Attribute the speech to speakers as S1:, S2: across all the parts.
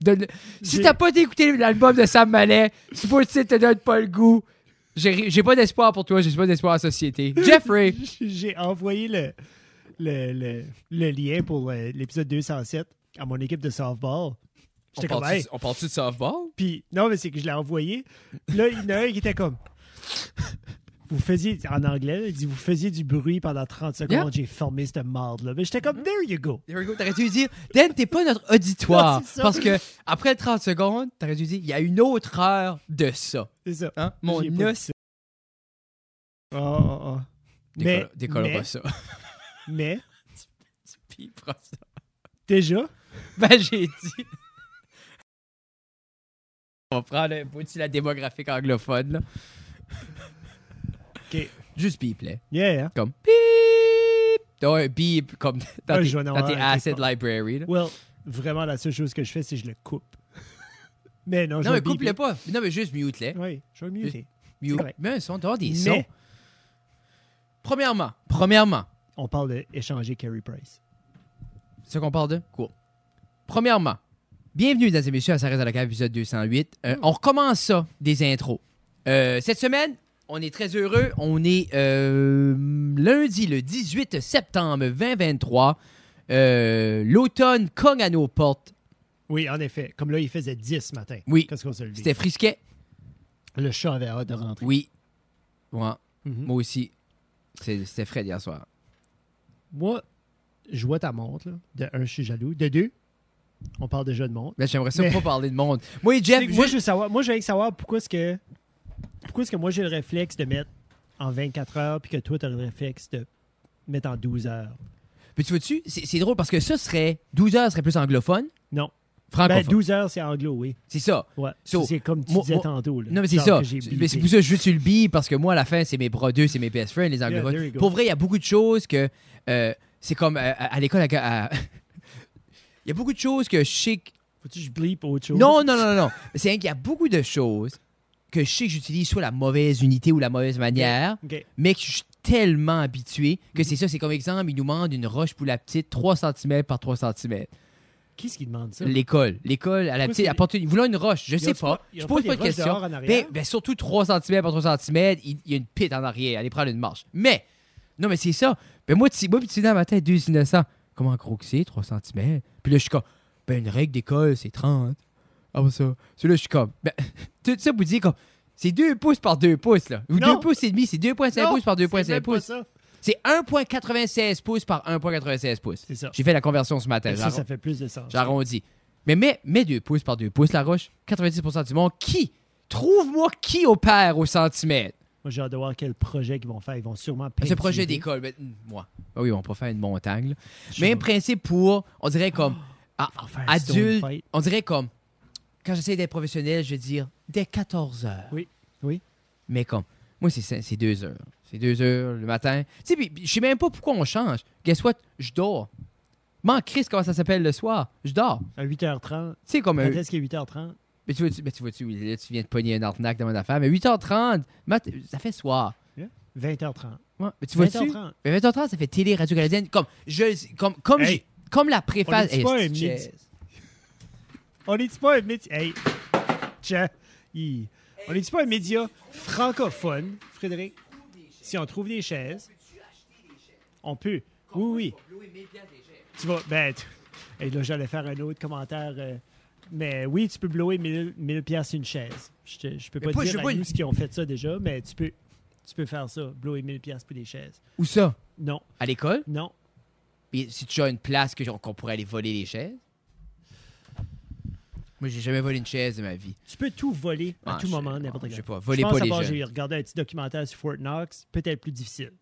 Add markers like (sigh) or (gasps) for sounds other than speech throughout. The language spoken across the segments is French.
S1: Donne- Si t'as pas écouté l'album de Sam Mallet, si pour le titre te donne pas le goût, j'ai j'ai pas d'espoir pour toi, j'ai pas d'espoir en (laughs) société. Jeffrey!
S2: (laughs) J'ai envoyé le, le, le, le lien pour euh, l'épisode 207 à mon équipe de softball. J'étais comme, hey.
S1: on parle-tu de softball?
S2: Puis, non, mais c'est que je l'ai envoyé. Là, il y en a un qui était comme. Vous faisiez, en anglais, là, il dit, vous faisiez du bruit pendant 30 secondes,
S1: Yeah.
S2: j'ai formé cette marde-là. Mais j'étais comme, there you go.
S1: There you go. T'aurais dû dire, Dan, t'es pas notre auditoire. (laughs)
S2: Non, c'est ça.
S1: parce que après 30 secondes, t'aurais dû dire, il y a une autre heure de ça.
S2: C'est ça.
S1: Hein? Mon
S2: J'ai pas dit
S1: os.
S2: ça. Ah, ah, ah. Mais-
S1: Décolle
S2: mais-
S1: pas ça.
S2: Mais,
S1: (laughs) Puis, prends ça.
S2: déjà,
S1: Ben, j'ai dit. On prend le bout de la démographique anglophone, là.
S2: OK.
S1: Juste pis il plaît.
S2: yeah, hein.
S1: Comme pip. Donc, un bip comme dans
S2: Ah,
S1: tes,
S2: je vais en
S1: dans
S2: avoir
S1: tes
S2: un quelque
S1: er asset
S2: part.
S1: library. là.
S2: (laughs) Well, vraiment, la seule chose que je fais, c'est que je le coupe. (laughs) mais non, je
S1: Non,
S2: vais
S1: mais coupe-le
S2: biper.
S1: pas. Non, mais juste mute-les.
S2: Oui, je vais le muter.
S1: Mute.
S2: correct.
S1: Mais ils sont dehors des
S2: Mais-
S1: sons. Premièrement, premièrement,
S2: On parle d'échanger Carey Price.
S1: ce qu'on parle de? Cool. Premièrement, bienvenue, mesdames et messieurs, à Ça reste à la cave, épisode 208. Euh, On recommence ça, des intros. Euh, cette semaine, on est très heureux. On est euh, lundi, le 18 septembre 2023. Euh, L'automne cogne à nos portes.
S2: Oui, en effet. Comme là, il faisait 10 ce matin.
S1: Oui.
S2: Qu'est-ce qu'on se le dit?
S1: C'était frisquet.
S2: Le chat avait hâte de rentrer.
S1: Oui. Ouais,
S2: Mhm.
S1: Moi aussi. C'est- C'était frais hier soir.
S2: Moi, je vois ta montre. Là. De un, je suis jaloux. De deux, on parle déjà de montre.
S1: Mais j'aimerais ça
S2: Mais-
S1: pas parler de monde. Moi et Jeff,
S2: C'est que moi,
S1: juste-
S2: je veux savoir, moi, je veux savoir pourquoi est-ce que, pourquoi est-ce que moi, j'ai le réflexe de mettre en 24 heures puis que toi, tu as le réflexe de mettre en 12 heures.
S1: Puis tu vois-tu, c'est c'est drôle parce que ça serait. 12 heures serait plus anglophone.
S2: Non.
S1: Francophone.
S2: Ben, 12 heures, c'est anglo, oui.
S1: C'est ça.
S2: Ouais.
S1: So,
S2: c'est comme tu
S1: moi-
S2: disais
S1: moi-
S2: tantôt. là.
S1: Non, mais c'est
S2: Genre
S1: ça.
S2: que j'ai
S1: C'est- Mais c'est
S2: bipé.
S1: pour ça que je veux que tu le billes parce que moi, à la fin, c'est mes brothers, c'est mes best friends, les anglophones.
S2: there you go.
S1: pour vrai, il y a beaucoup de choses que. euh, c'est comme euh, à, à l'école. à- (laughs) à- Il y a beaucoup de choses que je sais. que-
S2: Faut-tu que je bleep autre chose?
S1: Non, non, non, non. C'est rien qu'il y a beaucoup de choses que je sais que j'utilise soit la mauvaise unité ou la mauvaise manière
S2: OK.
S1: mais que je suis tellement habitué que c'est ça, c'est comme exemple, ils nous demandent une roche pour la petite 3 cm par 3 cm.
S2: Qui est-ce qui demande ça?
S1: L'école, l'école à la
S2: Oui,
S1: petite,
S2: Mmh. c'est-
S1: apporter une, voulant une roche, je
S2: Ils
S1: sais
S2: ont-tu
S1: pas,
S2: pas- ils
S1: je
S2: ont
S1: pose
S2: pas
S1: pas
S2: des
S1: de
S2: roches
S1: question.
S2: dehors en arrière?
S1: Mais ben, surtout 3 cm par 3 cm, il il y a une pite en arrière, allez prendre une marche. Mais non, mais c'est ça. Ben moi, tu moi, puis tu dis dans ma tête 2 innocents. Comment gros que c'est 3 cm Puis là je suis comme ben une règle d'école, c'est 30. Ah ben ça. Celui-là, je suis comme ben (laughs) tout ça vous dit comme c'est 2 pouces par 2 pouces là. Ou
S2: Non.
S1: 2 pouces et demi, c'est 2.5
S2: Non,
S1: pouces par
S2: c'est
S1: 2.5
S2: même pas
S1: pouces.
S2: ça.
S1: C'est 1,96 pouces par 1,96 pouces.
S2: C'est ça.
S1: J'ai fait la conversion ce matin.
S2: Mais Ça,
S1: j'arro-
S2: ça fait plus de sens.
S1: J'arrondis. Mais mets, mets 2 pouces par 2 pouces, la roche. 90% du monde. Qui Trouve-moi qui opère au centimètre.
S2: Moi, j'ai hâte de voir quel projet qu'ils vont faire. Ils vont sûrement
S1: Ce projet
S2: des
S1: d'école, ben, hmm, moi. Ah oui, on peut faire une montagne. là.
S2: Je sais
S1: Même
S2: pas.
S1: principe pour, on dirait
S2: (gasps)
S1: comme, ah,
S2: Ils vont faire un stone
S1: adulte,
S2: fight.
S1: on dirait comme, quand j'essaie d'être professionnel, je vais dire dès 14 heures.
S2: Oui, oui.
S1: Mais comme, moi, c'est cin- c'est deux heures. C'est deux heures le matin. Tu sais, puis- puis je sais même pas pourquoi on change. Guess what? Je dors. M'en Chris, comment ça s'appelle le soir? Je dors.
S2: À 8h30.
S1: Tu sais, comme
S2: Quand
S1: un.
S2: est-ce qu'il est 8h30?
S1: Mais tu vois-tu, mais tu, vois-tu, là, tu viens de pogner un arnaque dans mon affaire. Mais 8h30, mat- ça fait soir.
S2: 20h30.
S1: Ouais, mais tu vois-tu?
S2: 20h30.
S1: Mais 8h30, ça fait télé, radio-canadienne. Comme, je, comme, comme,
S2: Hey.
S1: j'ai- comme la préface.
S2: On est-tu pas
S1: Eh,
S2: un
S1: c'est-
S2: midi? On n'est-tu pas un média... Hey! Tcha. Hi. On n'est-tu pas un média francophone, Frédéric? Si on trouve des chaises... On peut. Oui, oui. Tu vas... Ben... tu- Hey, là, j'allais faire un autre commentaire... euh, Mais oui, tu peux blower 1000 1000 pièces une chaise. Je, te- je peux
S1: Mais
S2: pas
S1: pas- je
S2: dire
S1: veux
S2: à
S1: pas une-
S2: nous ce qu'ils ont fait ça déjà, mais tu peux, tu peux faire ça, blower 1000 pièces pour des chaises.
S1: Où ça?
S2: Non,
S1: À l'école?
S2: non,
S1: Puis si tu as une place que- qu'on pourrait aller voler les chaises? Moi, j'ai jamais volé une chaise de ma vie.
S2: Tu peux tout voler à
S1: Ah,
S2: tout
S1: je-
S2: moment,
S1: ah,
S2: n'importe
S1: je
S2: quand.
S1: sais pas, voler
S2: je pense
S1: pas les
S2: avoir-
S1: jeunes.
S2: j'ai regardé un petit documentaire sur Fort Knox, peut-être plus difficile.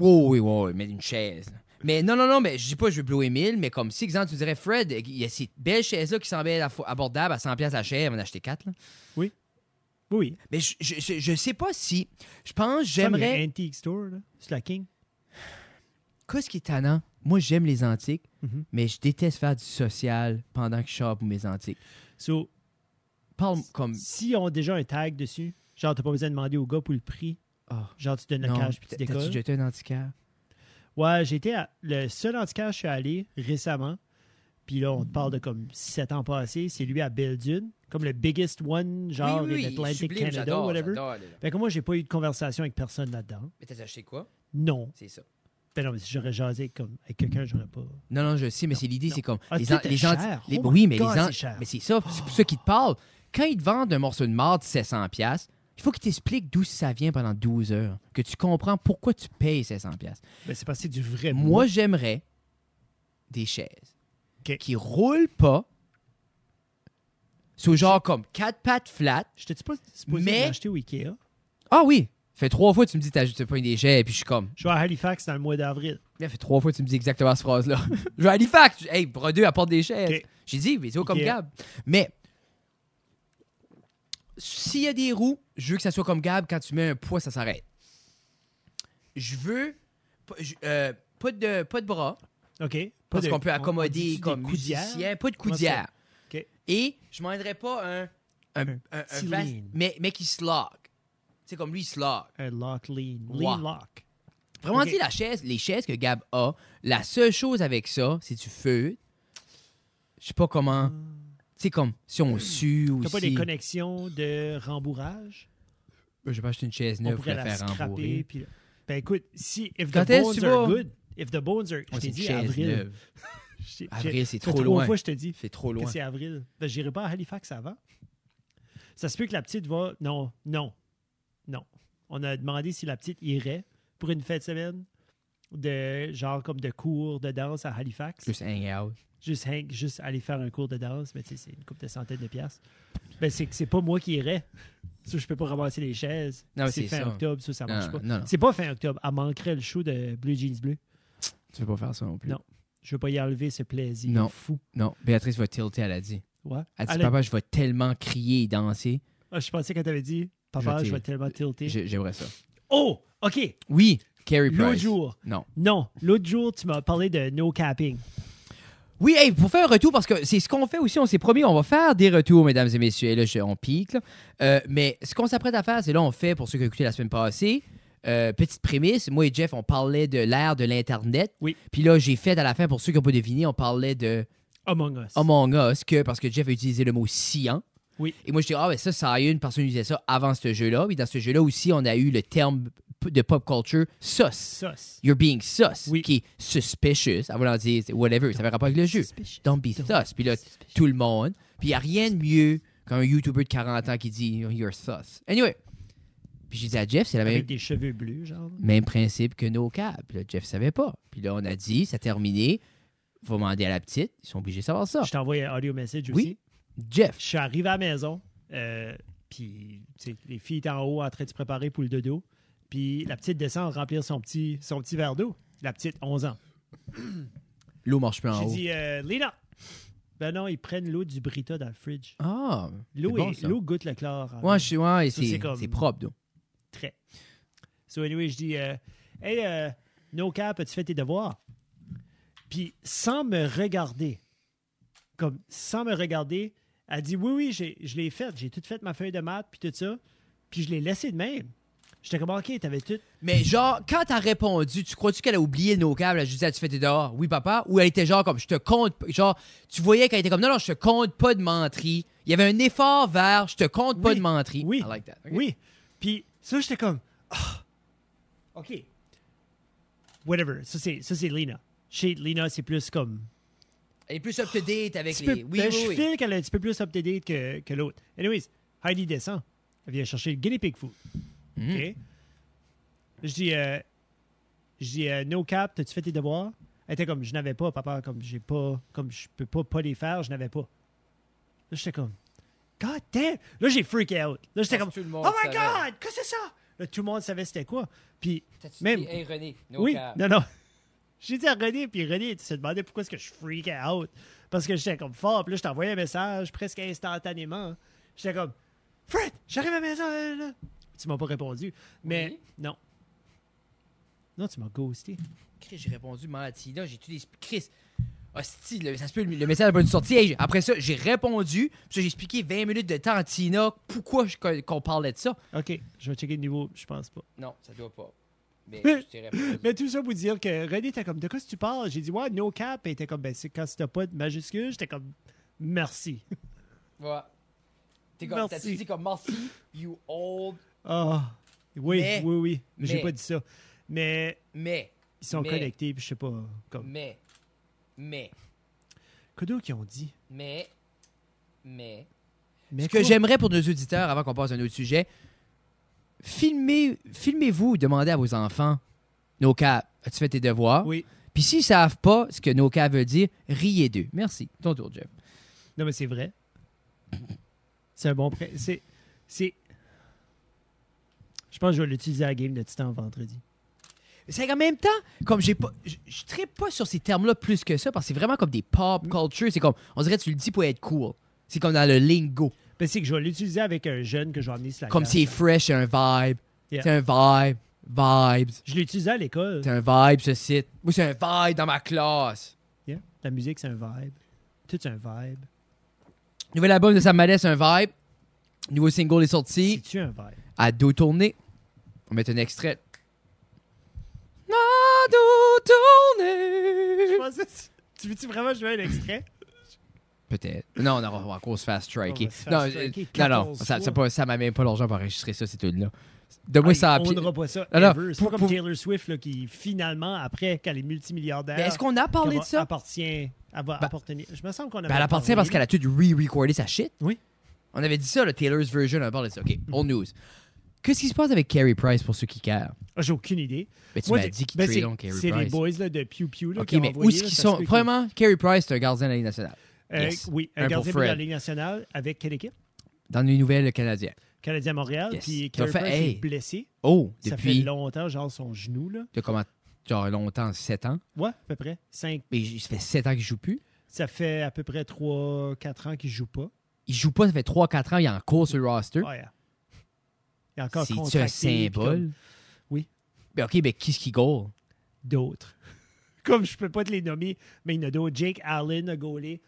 S1: Oh, oui, oui, oui, mais une chaise. là. Mais non, non, non, mais je dis pas je veux blower 1000, mais comme si, exemple, tu dirais, Fred, il y a ces belles chaises-là qui semblent affo- abordables à 100$ piastres la chaise, on en a acheté 4. Là.
S2: Oui,
S1: Mais je, je, je- je sais pas si. Je pense,
S2: Comme
S1: j'aimerais.
S2: les Antique Store, là, sur la King.
S1: Qu'est-ce qui est tannant? Moi, j'aime les antiques,
S2: Mhm.
S1: mais je déteste faire du social pendant que je sors pour mes antiques.
S2: So,
S1: Parle comme.
S2: si on a déjà un tag dessus, genre, t'as pas besoin de demander au gars pour le prix.
S1: Ah.
S2: Genre, tu donnes le
S1: non,
S2: cash puis tu
S1: t'as- t'as-tu
S2: décolles.
S1: jeté un antiquaire?
S2: Ouais, j'étais à- le seul antiquaire que je suis allé récemment. Puis là, on te parle de comme 7 ans passés. C'est lui à Belle Dune, comme le biggest one, genre
S1: oui, oui,
S2: in
S1: oui,
S2: Atlantic
S1: sublime,
S2: Canada,
S1: j'adore,
S2: whatever.
S1: j'adore, là, là.
S2: Fait que moi, j'ai pas eu de conversation avec personne là-dedans.
S1: Mais t'as acheté quoi?
S2: Non.
S1: C'est ça.
S2: Ben non, mais si j'aurais jasé comme, avec quelqu'un, j'aurais pas.
S1: Non, non, je sais, mais c'est l'idée,
S2: non.
S1: c'est comme.
S2: Ah,
S1: les
S2: tout
S1: an-
S2: est
S1: les gens-
S2: cher.
S1: les-
S2: Oh my
S1: oui, mais
S2: God,
S1: les gens-
S2: c'est cher.
S1: Mais c'est ça, c'est pour ça qu'ils te parlent. Quand ils te vendent un morceau de marde 700$, piastres, il faut qu'ils t'expliquent d'où ça vient pendant 12 heures, que tu comprends pourquoi tu payes 700$. piastres.
S2: Ben c'est passé du vrai
S1: Moi, j'aimerais des chaises
S2: Ok.
S1: qui roulent pas. C'est genre comme quatre pattes flat.
S2: Je t'ai pas supposé
S1: Mais-
S2: mais... acheter au Ikea.
S1: Ah oui! Fait trois fois que tu me dis t'as juste pas une des chaises, puis je suis comme.
S2: Je vais à Halifax dans le mois d'avril.
S1: Là, fait trois fois que tu me dis exactement cette phrase-là. (laughs) je vais à Halifax. Je- Hey, Brodeux apporte des chaises.
S2: Ok.
S1: J'ai dit, mais c'est comme
S2: Ok.
S1: Gab. Mais s'il y a des roues, je veux que ça soit comme Gab. Quand tu mets un poids, ça s'arrête. Je veux pas- je- euh, pas, de, pas de bras,
S2: OK.
S1: parce qu'on peut
S2: on dit
S1: accommoder
S2: des
S1: comme
S2: coudières?
S1: musicien, pas de
S2: Comment ça?
S1: coudière.
S2: Ok.
S1: Et je m'enlèverais pas un, un, un, un
S2: petit
S1: vaste-
S2: lean.
S1: mais, mais qui se lock. C'est comme lui, il se lock.
S2: Un lock lean.
S1: Ouah.
S2: Euh, Lean lock.
S1: Vraiment
S2: Ok.
S1: dit, la chaise, les chaises que Gab a, la seule chose avec ça, c'est du feu. Je sais pas comment. Tu sais, comme si on sue ou
S2: T'as
S1: si.
S2: pas des connexions de rembourrage?
S1: Euh, J'ai pas acheté une chaise
S2: On
S1: neuve pour
S2: pourrait
S1: la
S2: la
S1: faire
S2: scraper.
S1: rembourrer.
S2: Puis... Ben écoute, si if
S1: Quand
S2: the
S1: est-ce
S2: bones
S1: que tu
S2: are
S1: vas?
S2: good, if the bones are... Je
S1: Ouais,
S2: t'ai
S1: c'est une
S2: dit
S1: chaise
S2: avril.
S1: neuve.
S2: J'ai- j'ai-
S1: Avril, c'est
S2: ça fait
S1: trop
S2: trois
S1: loin.
S2: fois, je te dis
S1: C'est trop
S2: que
S1: loin.
S2: c'est avril. Ben, j'irai pas à Halifax avant. Ça se peut que la petite va... Non, non, non. On a demandé si la petite irait pour une fête semaine de genre comme de cours de danse à Halifax.
S1: Plus hang out.
S2: juste Hank, juste aller faire un cours de danse, mais tu sais, c'est une coupe de centaines de piastres. Ben, c'est que c'est pas moi qui irais. Ça, je peux pas ramasser les chaises.
S1: Non, mais
S2: c'est
S1: c'est
S2: fin
S1: ça.
S2: octobre, ça, ça marche
S1: Non,
S2: pas.
S1: non, non.
S2: C'est pas fin octobre. Elle manquerait le show de Blue Jeans Bleu.
S1: Tu veux pas faire ça non plus.
S2: Non. Je veux pas y enlever ce plaisir
S1: Non.
S2: fou.
S1: Non, Béatrice va tilter, elle a dit.
S2: Ouais.
S1: Elle dit,
S2: Elle a-
S1: papa, je vais tellement crier et danser.
S2: Ah, je pensais quand t'avais dit, papa,
S1: Je
S2: je vais
S1: t'ai-
S2: tellement tilter.
S1: J'ai- J'aimerais ça.
S2: Oh, OK.
S1: Oui, Carrie
S2: L'autre
S1: Price.
S2: jour.
S1: Non.
S2: Non, l'autre jour, tu m'as parlé de no capping.
S1: Oui, hey, pour faire un retour, parce que c'est ce qu'on fait aussi, on s'est promis, on va faire des retours, mesdames et messieurs. Et là, je- on pique. là. Euh, mais ce qu'on s'apprête à faire, c'est là, on fait, pour ceux qui ont écouté la semaine passée, euh, petite prémisse, moi et Jeff, on parlait de l'ère de l'Internet.
S2: Oui.
S1: Puis là, j'ai fait à la fin, pour ceux qui n'ont pas deviné, on parlait de
S2: Among Us.
S1: Among Us, que, parce que Jeff a utilisé le mot sciant.
S2: Oui.
S1: Et moi, je dis, ah, ben ça, ça a eu une personne qui utilisait ça avant ce jeu-là. Puis dans ce jeu-là aussi, on a eu le terme p- de pop culture sauce.
S2: Sauce.
S1: You're being sus,
S2: Oui.
S1: qui est suspicious. Ça veut dire c'est whatever, ça fait rapport avec le jeu.
S2: Suspicious.
S1: Don't be
S2: Don't
S1: sus. Puis là, tout le monde. Puis il n'y a rien de mieux qu'un YouTuber de 40 ans qui dit oh, You're sus. Anyway. Puis j'ai dit à Jeff, c'est le même,
S2: Avec des cheveux bleus, genre.
S1: même principe que nos câbles. Puis Là, Jeff savait pas. Puis là, on a dit, ça a terminé. Faut demander à la petite. Ils sont obligés de savoir ça.
S2: Je t'envoie un audio message
S1: Oui.
S2: aussi.
S1: Jeff.
S2: je suis arrivé à la maison, euh, puis tu sais, les filles étaient en haut en train de se préparer pour le dodo. Puis la petite descend remplir son petit, son petit verre d'eau. La petite, 11 ans.
S1: L'eau marche plus en
S2: J'ai
S1: haut.
S2: dit, euh, Lina! Ben non, ils prennent l'eau du Brita dans le fridge.
S1: Ah.
S2: L'eau
S1: c'est bon,
S2: est-
S1: ça.
S2: l'eau goûte le chlore. hein. en
S1: Ouais, je suis. Ouais,
S2: Ça,
S1: c'est,
S2: c'est comme-
S1: c'est propre, donc.
S2: Très. So anyway, je dis, euh, hey, euh, no cap, as-tu fait tes devoirs? Puis sans me regarder, comme sans me regarder, elle dit, oui, oui, j'ai- je l'ai fait, j'ai tout fait ma feuille de maths, puis tout ça. Puis je l'ai laissé de même. J'étais comme, ok, t'avais tout.
S1: Mais genre, quand t'as répondu, tu crois-tu qu'elle a oublié nos câbles? Elle a juste dit, Ah, tu fais tes dehors. Oui, papa. Ou elle était genre comme, je te compte. pas- Genre, tu voyais qu'elle était comme, non, non, je te compte pas de menterie. Il y avait un effort vers, je te compte pas
S2: Oui,
S1: de menterie.
S2: Oui.
S1: I like that. Ok.
S2: Oui. Puis ça, j'étais comme, Ah. ok. Whatever. Ça, c'est ça, c'est Lina. Chez Lina, c'est plus comme
S1: Elle est plus up-to-date avec
S2: petit
S1: les.
S2: peu-
S1: Oui,
S2: ben,
S1: oui,
S2: je
S1: oui.
S2: file qu'elle est un petit peu plus up-to-date que, que l'autre. Anyways, Heidi descend. Elle vient chercher le guinea pig food.
S1: Mm-hmm.
S2: OK? Je dis, euh, je dis euh, no cap, t'as-tu fait tes devoirs? Elle était comme, je n'avais pas, papa, comme j'ai pas, comme je peux pas pas les faire, je n'avais pas. Là, j'étais comme, God damn! Là, j'ai freaké out. Là, j'étais
S1: Parce
S2: comme,
S1: que tout le monde
S2: Oh my
S1: savait.
S2: God, qu'est-ce que c'est ça? Là, tout le monde savait c'était quoi. Puis,
S1: T'as-tu
S2: même,
S1: dit, Hey, René, nos
S2: oui,
S1: câbles.
S2: non, non. (laughs) J'ai dit à René, puis René, tu te demandais pourquoi est-ce que je freakais out. Parce que j'étais comme fort, puis là, je t'envoyais un message presque instantanément. J'étais comme, Fred, j'arrive à la maison. là, là, là. Tu m'as pas répondu. Mais
S1: Oui.
S2: non. Non, tu m'as ghosté.
S1: Chris, j'ai répondu, Malatina, j'ai tout expliqué. Chris, hostie, le, ça se peut, le message n'a pas dû sortir. Hey, après ça, j'ai répondu, puis ça, j'ai expliqué 20 minutes de temps à Tina pourquoi je- qu'on parlait de ça.
S2: OK, je vais checker de niveau, je pense pas.
S1: Non, ça doit pas. Mais je dirais pas.
S2: Mais tout ça pour dire que René était comme, de quoi est-ce que tu parles? J'ai dit, ouais, no cap. Et il était comme, ben, c'est quand t'as pas de majuscule. J'étais comme, merci. (laughs)
S1: Ouais. T'es comme,
S2: Merci.
S1: t'as-tu dit comme merci, you old,
S2: Ah, oui,
S1: Mais-
S2: oui, oui. Mais j'ai
S1: mais-
S2: pas dit ça. Mais
S1: mais,
S2: ils sont
S1: Mais-
S2: connectés, puis je sais pas, comme.
S1: mais, mais,
S2: Kodo qui ont dit.
S1: mais, mais.
S2: Mais
S1: Ce que
S2: quoi?
S1: j'aimerais pour nos auditeurs, avant qu'on passe à un autre sujet, filmez, filmez-vous, demandez à vos enfants, No cas, as-tu fait tes devoirs?
S2: Oui.
S1: Puis s'ils savent pas ce que No cas veut dire, riez d'eux. Merci. Ton tour, Jeff.
S2: Non, mais c'est vrai. C'est un bon prêt. C'est. C'est. Je pense que je vais l'utiliser à la game de Titan vendredi.
S1: C'est qu'en même temps, comme j'ai pas. Je, je trippe pas sur ces termes-là plus que ça, parce que c'est vraiment comme des pop culture. C'est comme. On dirait que tu le dis pour être cool. C'est comme dans le lingo.
S2: Ben, c'est que je vais l'utiliser avec un jeune que je vais emmener sur la
S1: Comme
S2: glace.
S1: c'est fresh, c'est un vibe.
S2: Yeah.
S1: C'est un vibe. Vibes.
S2: Je l'utilisais à l'école.
S1: C'est un vibe, ce site. Moi, c'est un vibe dans ma classe.
S2: Yeah. La musique, c'est un vibe. Tout est un vibe.
S1: Nouvel album de Sam Mallet, c'est un vibe. Nouveau single est sorti.
S2: C'est-tu un vibe?
S1: (laughs) À dos tourné. On met un extrait. À dos tourné.
S2: Tu veux-tu vraiment jouer un extrait?
S1: Peut-être. Non, on aura- on va encore se faire
S2: On
S1: striker.
S2: va se faire
S1: Non,
S2: striker
S1: euh, non, non,
S2: 14
S1: ça, ça,
S2: fois. Ah,
S1: pas- ça m'a même pas l'argent pour enregistrer ça, c'est tout là. Donne-moi ça à
S2: on
S1: pied.
S2: n'aura pas ça.
S1: Non, non,
S2: ever. C'est pas
S1: pour-
S2: comme
S1: pour-
S2: Taylor Swift là, qui finalement, après qu'elle est multimilliardaire,
S1: Mais Est-ce qu'on a parlé
S2: qu'elle
S1: de
S2: va-
S1: ça?
S2: appartient. Elle va
S1: Ben-
S2: appartenir. Je me semble qu'on a.
S1: Ben, elle appartient parce qu'elle a tout re-recordé sa shit.
S2: Oui.
S1: On avait dit ça, le Taylor's version, on a parlé de ça. OK, on news. Qu'est-ce qui se passe avec Carey Price pour ceux qui care?
S2: J'ai aucune idée.
S1: Ben, tu
S2: Moi,
S1: m'as
S2: j'ai-
S1: dit qu'il
S2: ben,
S1: trade
S2: c'est-
S1: on Carey
S2: C'est les
S1: Price.
S2: boys là, de Pew Pew là,
S1: OK,
S2: qui ont
S1: mais où
S2: envoyé,
S1: est-ce
S2: là,
S1: qu'ils
S2: ça se
S1: sont?
S2: peut que-
S1: Premièrement, Carey Price, c'est un gardien de la Ligue nationale.
S2: Euh,
S1: Yes.
S2: Oui,
S1: Un
S2: un
S1: pour
S2: gardien de la
S1: Fred.
S2: Ligue nationale avec quelle équipe?
S1: Dans les nouvelles canadiennes.
S2: Canadien Montréal.
S1: Yes.
S2: Puis
S1: Ça
S2: Carey
S1: fait-
S2: Price
S1: hey.
S2: est blessé.
S1: Oh,
S2: Ça fait
S1: depuis...
S2: longtemps, genre son genou. là.
S1: De comment... Genre longtemps, 7 ans.
S2: Ouais, à peu près. Cinq.
S1: Mais j- ça fait 7 ans qu'il joue plus.
S2: Ça fait à peu près 3-4 ans qu'il joue pas.
S1: Il joue pas, ça fait 3-4 ans, il est en cours sur le roster.
S2: Ouais. Il y a encore
S1: C'est-tu un
S2: contracté, puis comme
S1: symbole?
S2: Oui.
S1: Ben OK, mais qui ce qui goal?
S2: D'autres. (laughs) Comme je peux pas te les nommer, mais il y en a d'autres. Jake Allen a gaulé.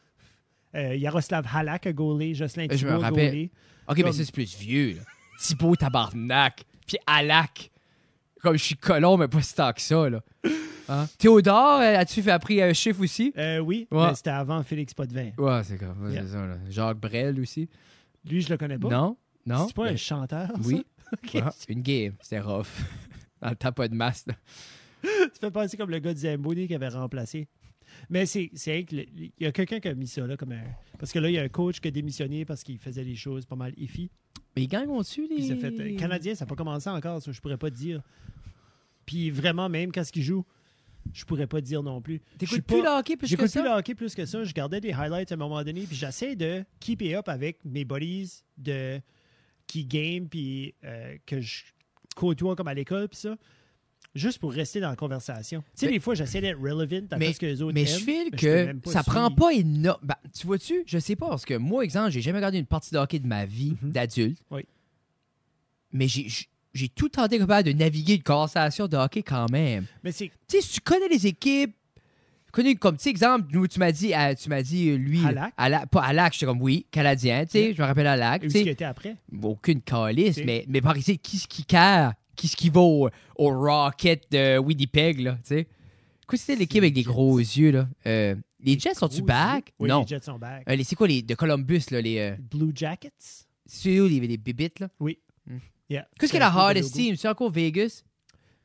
S2: Euh, Yaroslav Halak a gaulé. Jocelyn
S1: Eh, Je me
S2: Thibault a
S1: rappelle.
S2: gaulé.
S1: OK, mais
S2: Comme-
S1: ça, c'est plus vieux. Là. Thibaut Tabarnak, puis Alak. Comme je suis colon, mais pas si tant que ça. Là. Hein? Théodore, euh, as-tu fait appris un chiffre aussi?
S2: Euh, oui,
S1: Ouais.
S2: mais c'était avant Félix Potvin.
S1: Ouais, c'est comme
S2: Yeah.
S1: c'est ça. Là. Jacques Brel aussi.
S2: Lui, je le connais pas.
S1: Non, non.
S2: C'est pas
S1: Ben,
S2: un chanteur. ça?
S1: Oui.
S2: (laughs) Ok.
S1: Ouais, une game, c'était rough. (laughs) Dans le temps, pas de masse. là.
S2: Tu fais penser comme le gars de Zamboni qui avait remplacé. Mais c'est c'est vrai que le- il y a quelqu'un qui a mis ça là comme un. Parce que là, il y a un coach qui a démissionné parce qu'il faisait des choses pas mal iffy.
S1: Mais ils gagnent dessus, les.
S2: Puis ça fait euh, Canadien, ça n'a pas commencé encore, ça, je pourrais pas te dire. Puis vraiment, même quand ce qu'il joue, je pourrais pas te dire non plus. Je suis
S1: T'écoutes
S2: pas-
S1: plus le hockey plus que
S2: J'écoute
S1: ça?
S2: plus le hockey plus que ça. Je gardais des highlights à un moment donné, puis j'essaie de keep it up avec mes buddies de qui game, puis euh, que je côtoie comme à l'école, puis ça. Juste pour rester dans la conversation. Tu sais,
S1: Mais-
S2: des fois, j'essaie d'être relevant à
S1: Mais-
S2: ce que les autres
S1: Mais
S2: aiment,
S1: je file
S2: mais peux
S1: que
S2: même
S1: ça prend
S2: suivre.
S1: pas énorme. Ben, tu vois-tu, je sais pas, parce que moi, exemple, j'ai jamais regardé une partie de hockey de ma vie
S2: Mhm.
S1: d'adulte.
S2: Oui.
S1: Mais j'ai- j'ai j'ai tout tenté capable de naviguer une conversation de hockey quand même.
S2: Mais c'est
S1: Tu sais, si tu connais les équipes, connais comme, tu sais, exemple, nous, tu m'as dit, euh, tu m'as dit, euh, lui,
S2: Halak.
S1: Halak- pas Alak, j'étais comme, oui, Canadien, tu sais,
S2: Yeah.
S1: je me rappelle Alak,
S2: où
S1: tu
S2: ce qui
S1: sais,
S2: était après.
S1: aucune calice,
S2: C'est-
S1: mais, mais par ici, qui ce qui care, qui ce qui va au, au Rocket de Winnipeg, là, tu sais. Quoi, c'était
S2: C'est
S1: l'équipe avec des
S2: les Jets.
S1: gros yeux, là? Euh, les Jets
S2: Gros,
S1: sont-tu back?
S2: Oui,
S1: non.
S2: les Jets sont back.
S1: Euh, les- c'est quoi les de Columbus, là, les. Euh,
S2: Blue Jackets.
S1: c'est où les, les bibites, là?
S2: Yeah.
S1: Qu'est-ce que
S2: C'est
S1: la
S2: un peu le
S1: hardest
S2: logo.
S1: team? C'est encore Vegas?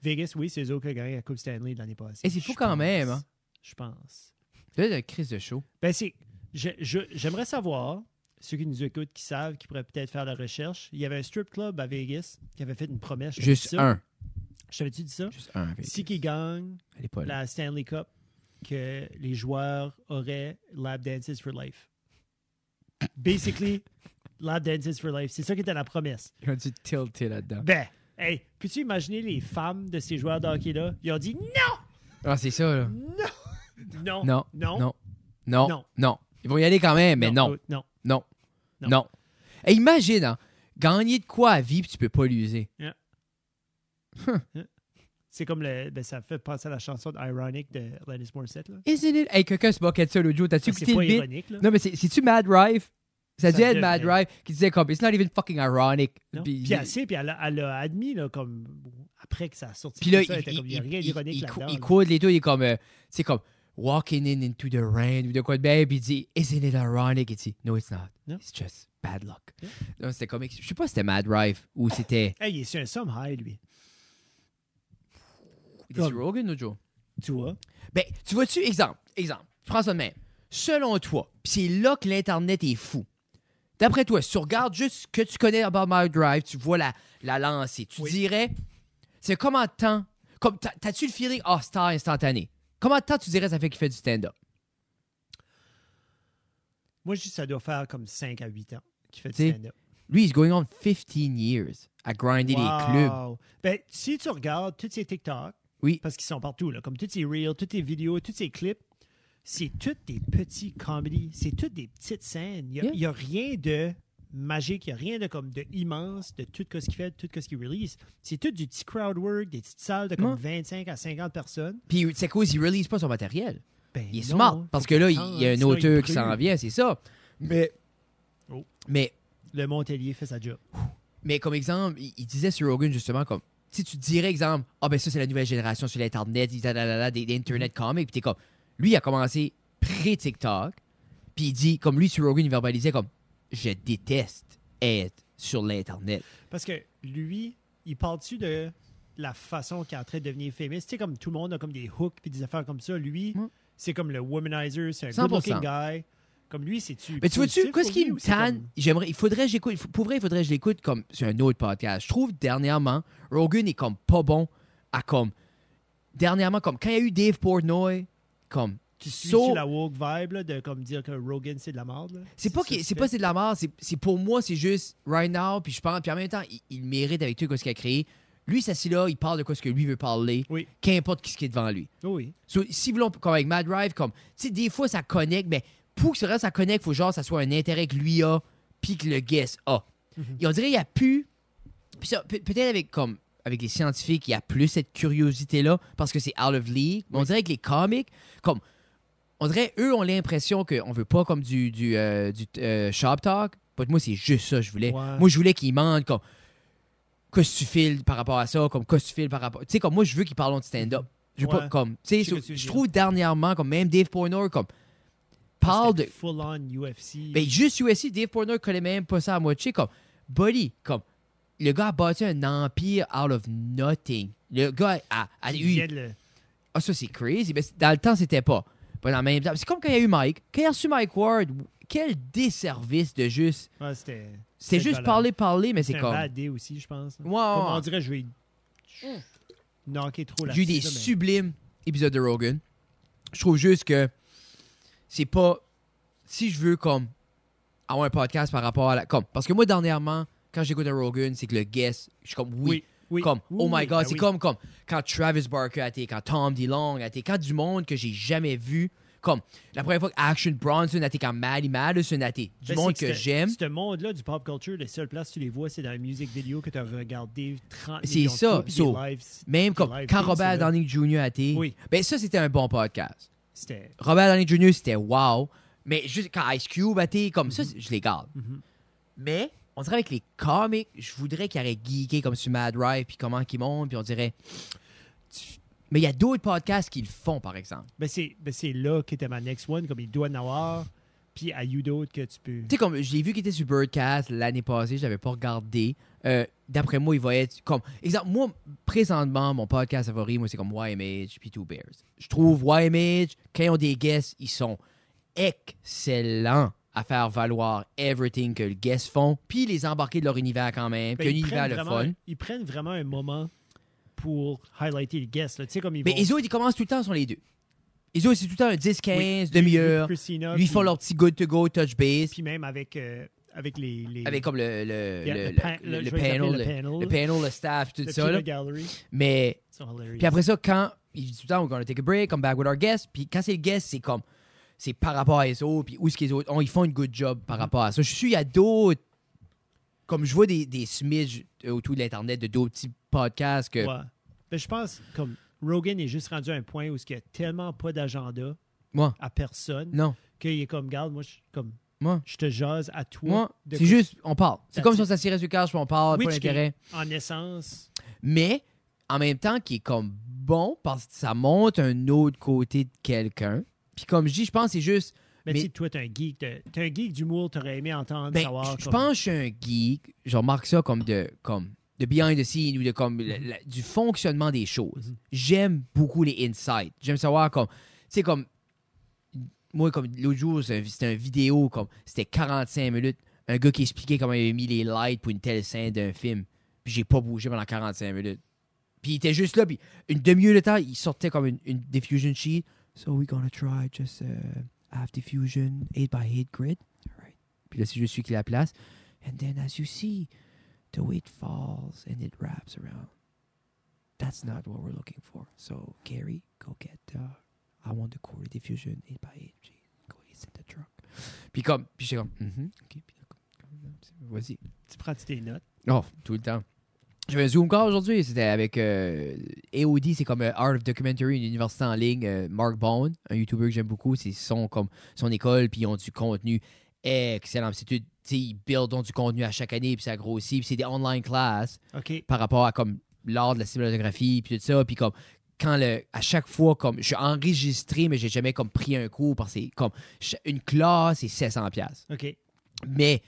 S2: Vegas, oui, c'est eux autres qui ont gagné la Coupe Stanley de l'année passée.
S1: Eh, c'est fou
S2: Je
S1: quand
S2: pense.
S1: même, hein.
S2: Je pense.
S1: Là, la crise de show.
S2: Ben, c'est. je- je- J'aimerais savoir, ceux qui nous écoutent, qui savent, qui pourraient peut-être faire la recherche. Il y avait un strip club à Vegas qui avait fait une promesse. je t'avais
S1: Juste
S2: dit ça.
S1: un.
S2: Je t'avais-tu dit ça?
S1: Juste un. Vegas.
S2: Si qui gagne
S1: Allez pas là.
S2: la Stanley Cup, que les joueurs auraient lap dances for life.
S1: (laughs)
S2: Basically, lap dances for life. C'est ça qui était la promesse.
S1: Ils ont dû tilter là-dedans.
S2: Ben, hey, peux-tu imaginer les femmes de ces joueurs de hockey-là? Ils ont dit non!
S1: Ah, c'est ça, là.
S2: Non!
S1: Non.
S2: Non!
S1: Non. Non. Non.
S2: Non.
S1: Ils vont y aller quand même, mais non.
S2: euh, Non.
S1: Non. Non.
S2: Non.
S1: Et imagine, hein, gagner de quoi à vie, puis tu peux pas l'user.
S2: C'est comme le. Ben, ça fait penser à la chanson de Ironic de Lannis Morissette. Là.
S1: Isn't it? Hey, quelqu'un se moquait de ça l'autre jour. T'as-tu
S2: Ben, C'est
S1: écouté
S2: pas
S1: le bit?
S2: ironique, là.
S1: Non, mais c'est- c'est-tu Mad Rife? Ça,
S2: Ça
S1: dit être Mad
S2: devrait.
S1: Rife qui disait comme, it's not even fucking ironic.
S2: Non?
S1: Puis-
S2: Puis elle sait, puis elle a, elle a admis, là, comme. Après après que ça sorte.
S1: Puis là,
S2: Ça,
S1: il,
S2: était
S1: il,
S2: comme, y a rien
S1: il-
S2: d'ironique
S1: il- il cou-
S2: là-dedans.
S1: il
S2: là.
S1: coude les deux, il est comme, euh, c'est comme walking in into the rain ou de quoi de bien, puis il dit, isn't it ironic? Il dit, no, it's not.
S2: Non.
S1: It's just bad luck.
S2: Yeah.
S1: Non, C'était comique. Je sais pas si c'était Mad Rife ou c'était.
S2: Hey, il est sur un somme high, lui.
S1: C'était
S2: Comme-
S1: Rogan l'autre jour.
S2: Tu vois?
S1: Ben, tu vois-tu, exemple, exemple, prends ça de même. Selon toi, pis c'est là que l'Internet est fou. D'après toi, si tu regardes juste ce que tu connais about My Drive, tu vois la, la lancée, tu
S2: Oui.
S1: dirais, c'est comment de temps, comme, t'as- t'as-tu le feeling, oh, star instantané? Comment de temps tu dirais ça fait qu'il fait du stand-up?
S2: Moi, je dis que ça doit faire comme 5 à 8 ans qu'il fait du
S1: T'sais,
S2: stand-up.
S1: Lui, he's going on 15 years à grinder les clubs.
S2: Wow. Ben, si tu regardes tous ces TikTok,
S1: Oui.
S2: parce qu'ils sont partout, là, comme tous ces reels, toutes ces vidéos, tous ces clips, c'est toutes des petits comedies, c'est toutes des petites scènes. Il
S1: Yeah.
S2: n'y a, rien de magique, il n'y a rien de comme de immense de tout ce qu'il fait, tout ce qu'il release. C'est tout du petit crowd work, des petites salles de comme
S1: Ouais.
S2: 25 à 50 personnes.
S1: Puis c'est quoi, il release pas son matériel.
S2: Ben,
S1: Il est
S2: non,
S1: smart, parce que là, il il y a un
S2: sinon il
S1: auteur qui
S2: brûle.
S1: s'en vient, c'est ça. Mais,
S2: Oh.
S1: mais
S2: Le Montelier fait sa job.
S1: Mais comme exemple, il, il disait sur Rogan justement comme si tu dirais exemple, ah ben ça c'est la nouvelle génération sur l'internet, il dit, ah là là là, des, des internet
S2: Mm-hmm.
S1: comics, puis t'es comme lui il a commencé pré TikTok, puis il dit comme lui sur Rogan il verbalisait comme je déteste être sur l'internet.
S2: Parce que lui, il parle-tu de la façon qu'il est en train de devenir famous? Tu sais, comme tout le monde a comme des hooks puis des affaires comme ça. Lui,
S1: Ouais.
S2: c'est comme le womanizer, c'est un
S1: 100%.
S2: good-looking guy. Comme lui, c'est-tu.
S1: Mais tu vois-tu,
S2: positif
S1: qu'est-ce
S2: pour
S1: qui
S2: lui
S1: me
S2: ou c'est
S1: tanne?
S2: comme-
S1: J'aimerais, il faudrait que j'écoute, il faut- pour vrai, il faudrait que je l'écoute comme sur un autre podcast. Je trouve dernièrement, Rogan est comme pas bon à comme, dernièrement, comme quand il y a eu Dave Portnoy, comme,
S2: Tu suis
S1: saut-
S2: la woke vibe là, de comme dire que Rogan, c'est de la merde. là?
S1: C'est pas
S2: ça
S1: que
S2: tu
S1: c'est
S2: fais?
S1: pas c'est de la mort, c'est c'est pour moi c'est juste right now puis je pense puis en même temps il, il mérite avec tout ce qu'il a créé. Lui ça assis là, il parle de quoi ce que lui veut parler,
S2: Oui.
S1: qu'importe ce qui est devant lui.
S2: Oui, oui.
S1: So, si voulons comme avec Mad Drive comme tu sais des fois ça connecte mais pour que ça reste ça connecte, faut genre ça soit un intérêt que lui a puis que le guest a.
S2: Mhm.
S1: Et on dirait il y a plus puis ça peut- peut-être avec comme avec les scientifiques, il y a plus cette curiosité là parce que c'est out of league, mais on dirait que les comics comme on dirait, eux ont l'impression qu'on veut pas comme du, du, euh, du euh, shop talk. Pas de moi, c'est juste ça que je voulais.
S2: Ouais.
S1: Moi, je voulais qu'ils mentent comme qu'est-ce que tu files par rapport à ça, comme qu'est-ce que tu files par rapport. Tu sais, comme moi, je veux qu'ils parlent de stand-up. Je veux pas
S2: Ouais.
S1: comme. Tu sais,
S2: Je sais
S1: so-
S2: que tu veux
S1: je
S2: dire.
S1: trouve dernièrement, comme même Dave Pornoy, comme parle de.
S2: C'était Full-on UFC.
S1: Ben, juste USC, Dave Pornoy connaît même pas ça à moitié. Comme, buddy, comme, le gars a bâti un empire out of nothing. Le gars a, a
S2: il
S1: eu.
S2: vient de le-
S1: Ah, ça, c'est crazy. Mais c'est- dans le temps, c'était pas. Pas dans le même temps. C'est comme quand il y a eu Mike. Quand il a reçu Mike Ward, quel desservice de juste.
S2: Ouais, c'était.
S1: C'est juste parler, parler, mais c'est
S2: C'est un
S1: comme.
S2: bad day aussi, je pense.
S1: Ouais, ouais,
S2: Comme on
S1: ouais.
S2: dirait, je vais. Knocker trop la
S1: J'ai eu des
S2: cible, mais-
S1: sublimes épisodes de Rogan. Je trouve juste que c'est pas. Si je veux, comme, avoir un podcast par rapport à la. Comme, parce que moi, dernièrement, quand j'écoute un Rogan, c'est que le guest, je suis comme, oui.
S2: Oui, oui.
S1: Comme,
S2: Oui,
S1: oh
S2: oui,
S1: my god,
S2: ben
S1: c'est
S2: oui.
S1: comme, comme quand Travis Barker a été, quand Tom DeLong a été, quand du monde que j'ai jamais vu. Comme la première fois que Action Bronson a été, quand Maddie Madison a été, du
S2: Ben,
S1: monde
S2: c'est
S1: que
S2: ce-
S1: j'aime.
S2: Ce monde-là du pop culture, les seules places où tu les vois, c'est dans la music vidéo que tu as regardé 30
S1: C'est
S2: millions de
S1: ça,
S2: fois, puis des
S1: so-
S2: lives,
S1: Même comme
S2: live
S1: quand
S2: feed,
S1: Robert
S2: ça, là.
S1: Downey Jr. a été.
S2: Oui.
S1: Ben ça, c'était un bon podcast.
S2: C'était.
S1: Robert Downey Jr., c'était wow. Mais juste quand Ice Cube a été comme ça, je les garde. Mais on dirait avec les comics, je voudrais qu'ils auraient geeké comme sur Mad Rive, puis comment qu'ils montent, puis on dirait. Mais il y a d'autres podcasts qui le font, par exemple.
S2: Ben c'est ben, c'est là qu'était ma next one, comme il doit en avoir, puis à you d'autres que tu peux.
S1: Tu sais, comme je l'ai vu qu'il était sur Birdcast l'année passée, je l'avais pas regardé. Euh, D'après moi, il va être comme. Exemple, moi, présentement, mon podcast favori, moi, c'est comme YMH puis Two Bears. Je trouve YMH, quand ils ont des guests, ils sont excellents à faire valoir everything que le guest font, puis les embarquer de leur univers quand même,
S2: Ben,
S1: puis un
S2: ils,
S1: univers
S2: prennent
S1: le
S2: vraiment,
S1: fun.
S2: ils prennent vraiment un moment pour highlighter les guests. là. Tu sais, comme ils
S1: Mais
S2: vont.
S1: Iso, ils commencent tout le temps sur les deux. Iso, c'est tout le temps un 10, 15,
S2: Oui, lui-
S1: demi-heure.
S2: lui, Christina,
S1: Lui, ils
S2: puis-
S1: font leur petit good to go, touch base.
S2: Puis même avec, euh, avec les. les
S1: avec comme le, le,
S2: Yeah,
S1: le,
S2: le pan-
S1: le-
S2: le-
S1: le
S2: je vais les
S1: panel,
S2: appeler
S1: le,
S2: le panel.
S1: le panel, le staff, tout
S2: le
S1: ça. là.
S2: peanut gallery.
S1: Mais
S2: Ils sont hilarious.
S1: puis après ça, quand il dit tout le temps, we're gonna take a break, come back with our guests. Puis quand c'est le guest, c'est comme, c'est par rapport à les autres, puis où est-ce que les autres ont. Ils font une good job
S2: Mm-hmm.
S1: par rapport à ça. Je suis sûr, il y a d'autres. Comme je vois des, des smidges euh, autour de l'Internet de d'autres petits podcasts que.
S2: Ouais. Ben, je pense comme Rogan est juste rendu à un point où il n'y a tellement pas d'agenda
S1: Moi,
S2: à personne.
S1: non.
S2: qu'il est comme, garde, moi, je, comme,
S1: Moi,
S2: je te jase à toi.
S1: moi
S2: de
S1: c'est
S2: quoi-
S1: juste, on parle. C'est
S2: That's
S1: comme si
S2: it.
S1: on s'assirait sur le couch, puis on parle,
S2: Which
S1: pas d'intérêt.
S2: qui, en essence,
S1: Mais en même temps qui est comme bon parce que ça montre un autre côté de quelqu'un. Puis comme je dis, je pense que c'est juste.
S2: Mais,
S1: Mais-
S2: tu sais, toi, t'es un geek. T'es t'es un geek d'humour, t'aurais aimé entendre,
S1: Ben,
S2: savoir.
S1: je je
S2: comme-
S1: pense que je suis un geek. Je remarque ça comme de comme de behind the scene ou de comme la-
S2: Mhm.
S1: la- du fonctionnement des choses. J'aime beaucoup les insights. J'aime savoir comme tu sais comme moi comme l'autre jour c'est un- c'était une vidéo comme c'était 45 minutes un gars qui expliquait comment il avait mis les lights pour une telle scène d'un film. Puis j'ai pas bougé pendant 45 minutes. Puis il était juste là puis une demi-heure de temps, il sortait comme une, une diffusion sheet. So we're gonna try just uh, half diffusion 8 by 8 grid. Alright. Puis là, c'est juste celui qui la place. And then, as you see, the weight falls and it wraps around. That's not what we're looking for. So, Gary, go get the. I want the core diffusion 8 by 8 Go, it's in the truck. Puis comme, puis j'étais comme, Mhm, ok, puis là, comme- comme- vas-y.
S2: Tu prends tes notes.
S1: Oh, tout le temps. J'avais un Zoom call aujourd'hui, c'était avec euh, AOD, c'est comme euh, Art of Documentary, une université en ligne. euh, Mark Bone, un YouTuber que j'aime beaucoup, c'est son, comme, son école, puis ils ont du contenu excellent. Puis C'est tout, tu sais, ils buildent donc du contenu à chaque année, puis ça grossit, puis c'est des online classes
S2: OK.
S1: par rapport à comme l'art de la cinématographie puis tout ça puis comme quand le à chaque fois comme je suis enregistré mais j'ai jamais comme pris un cours parce que c'est comme ch- une classe c'est 700 pièces
S2: OK.
S1: mais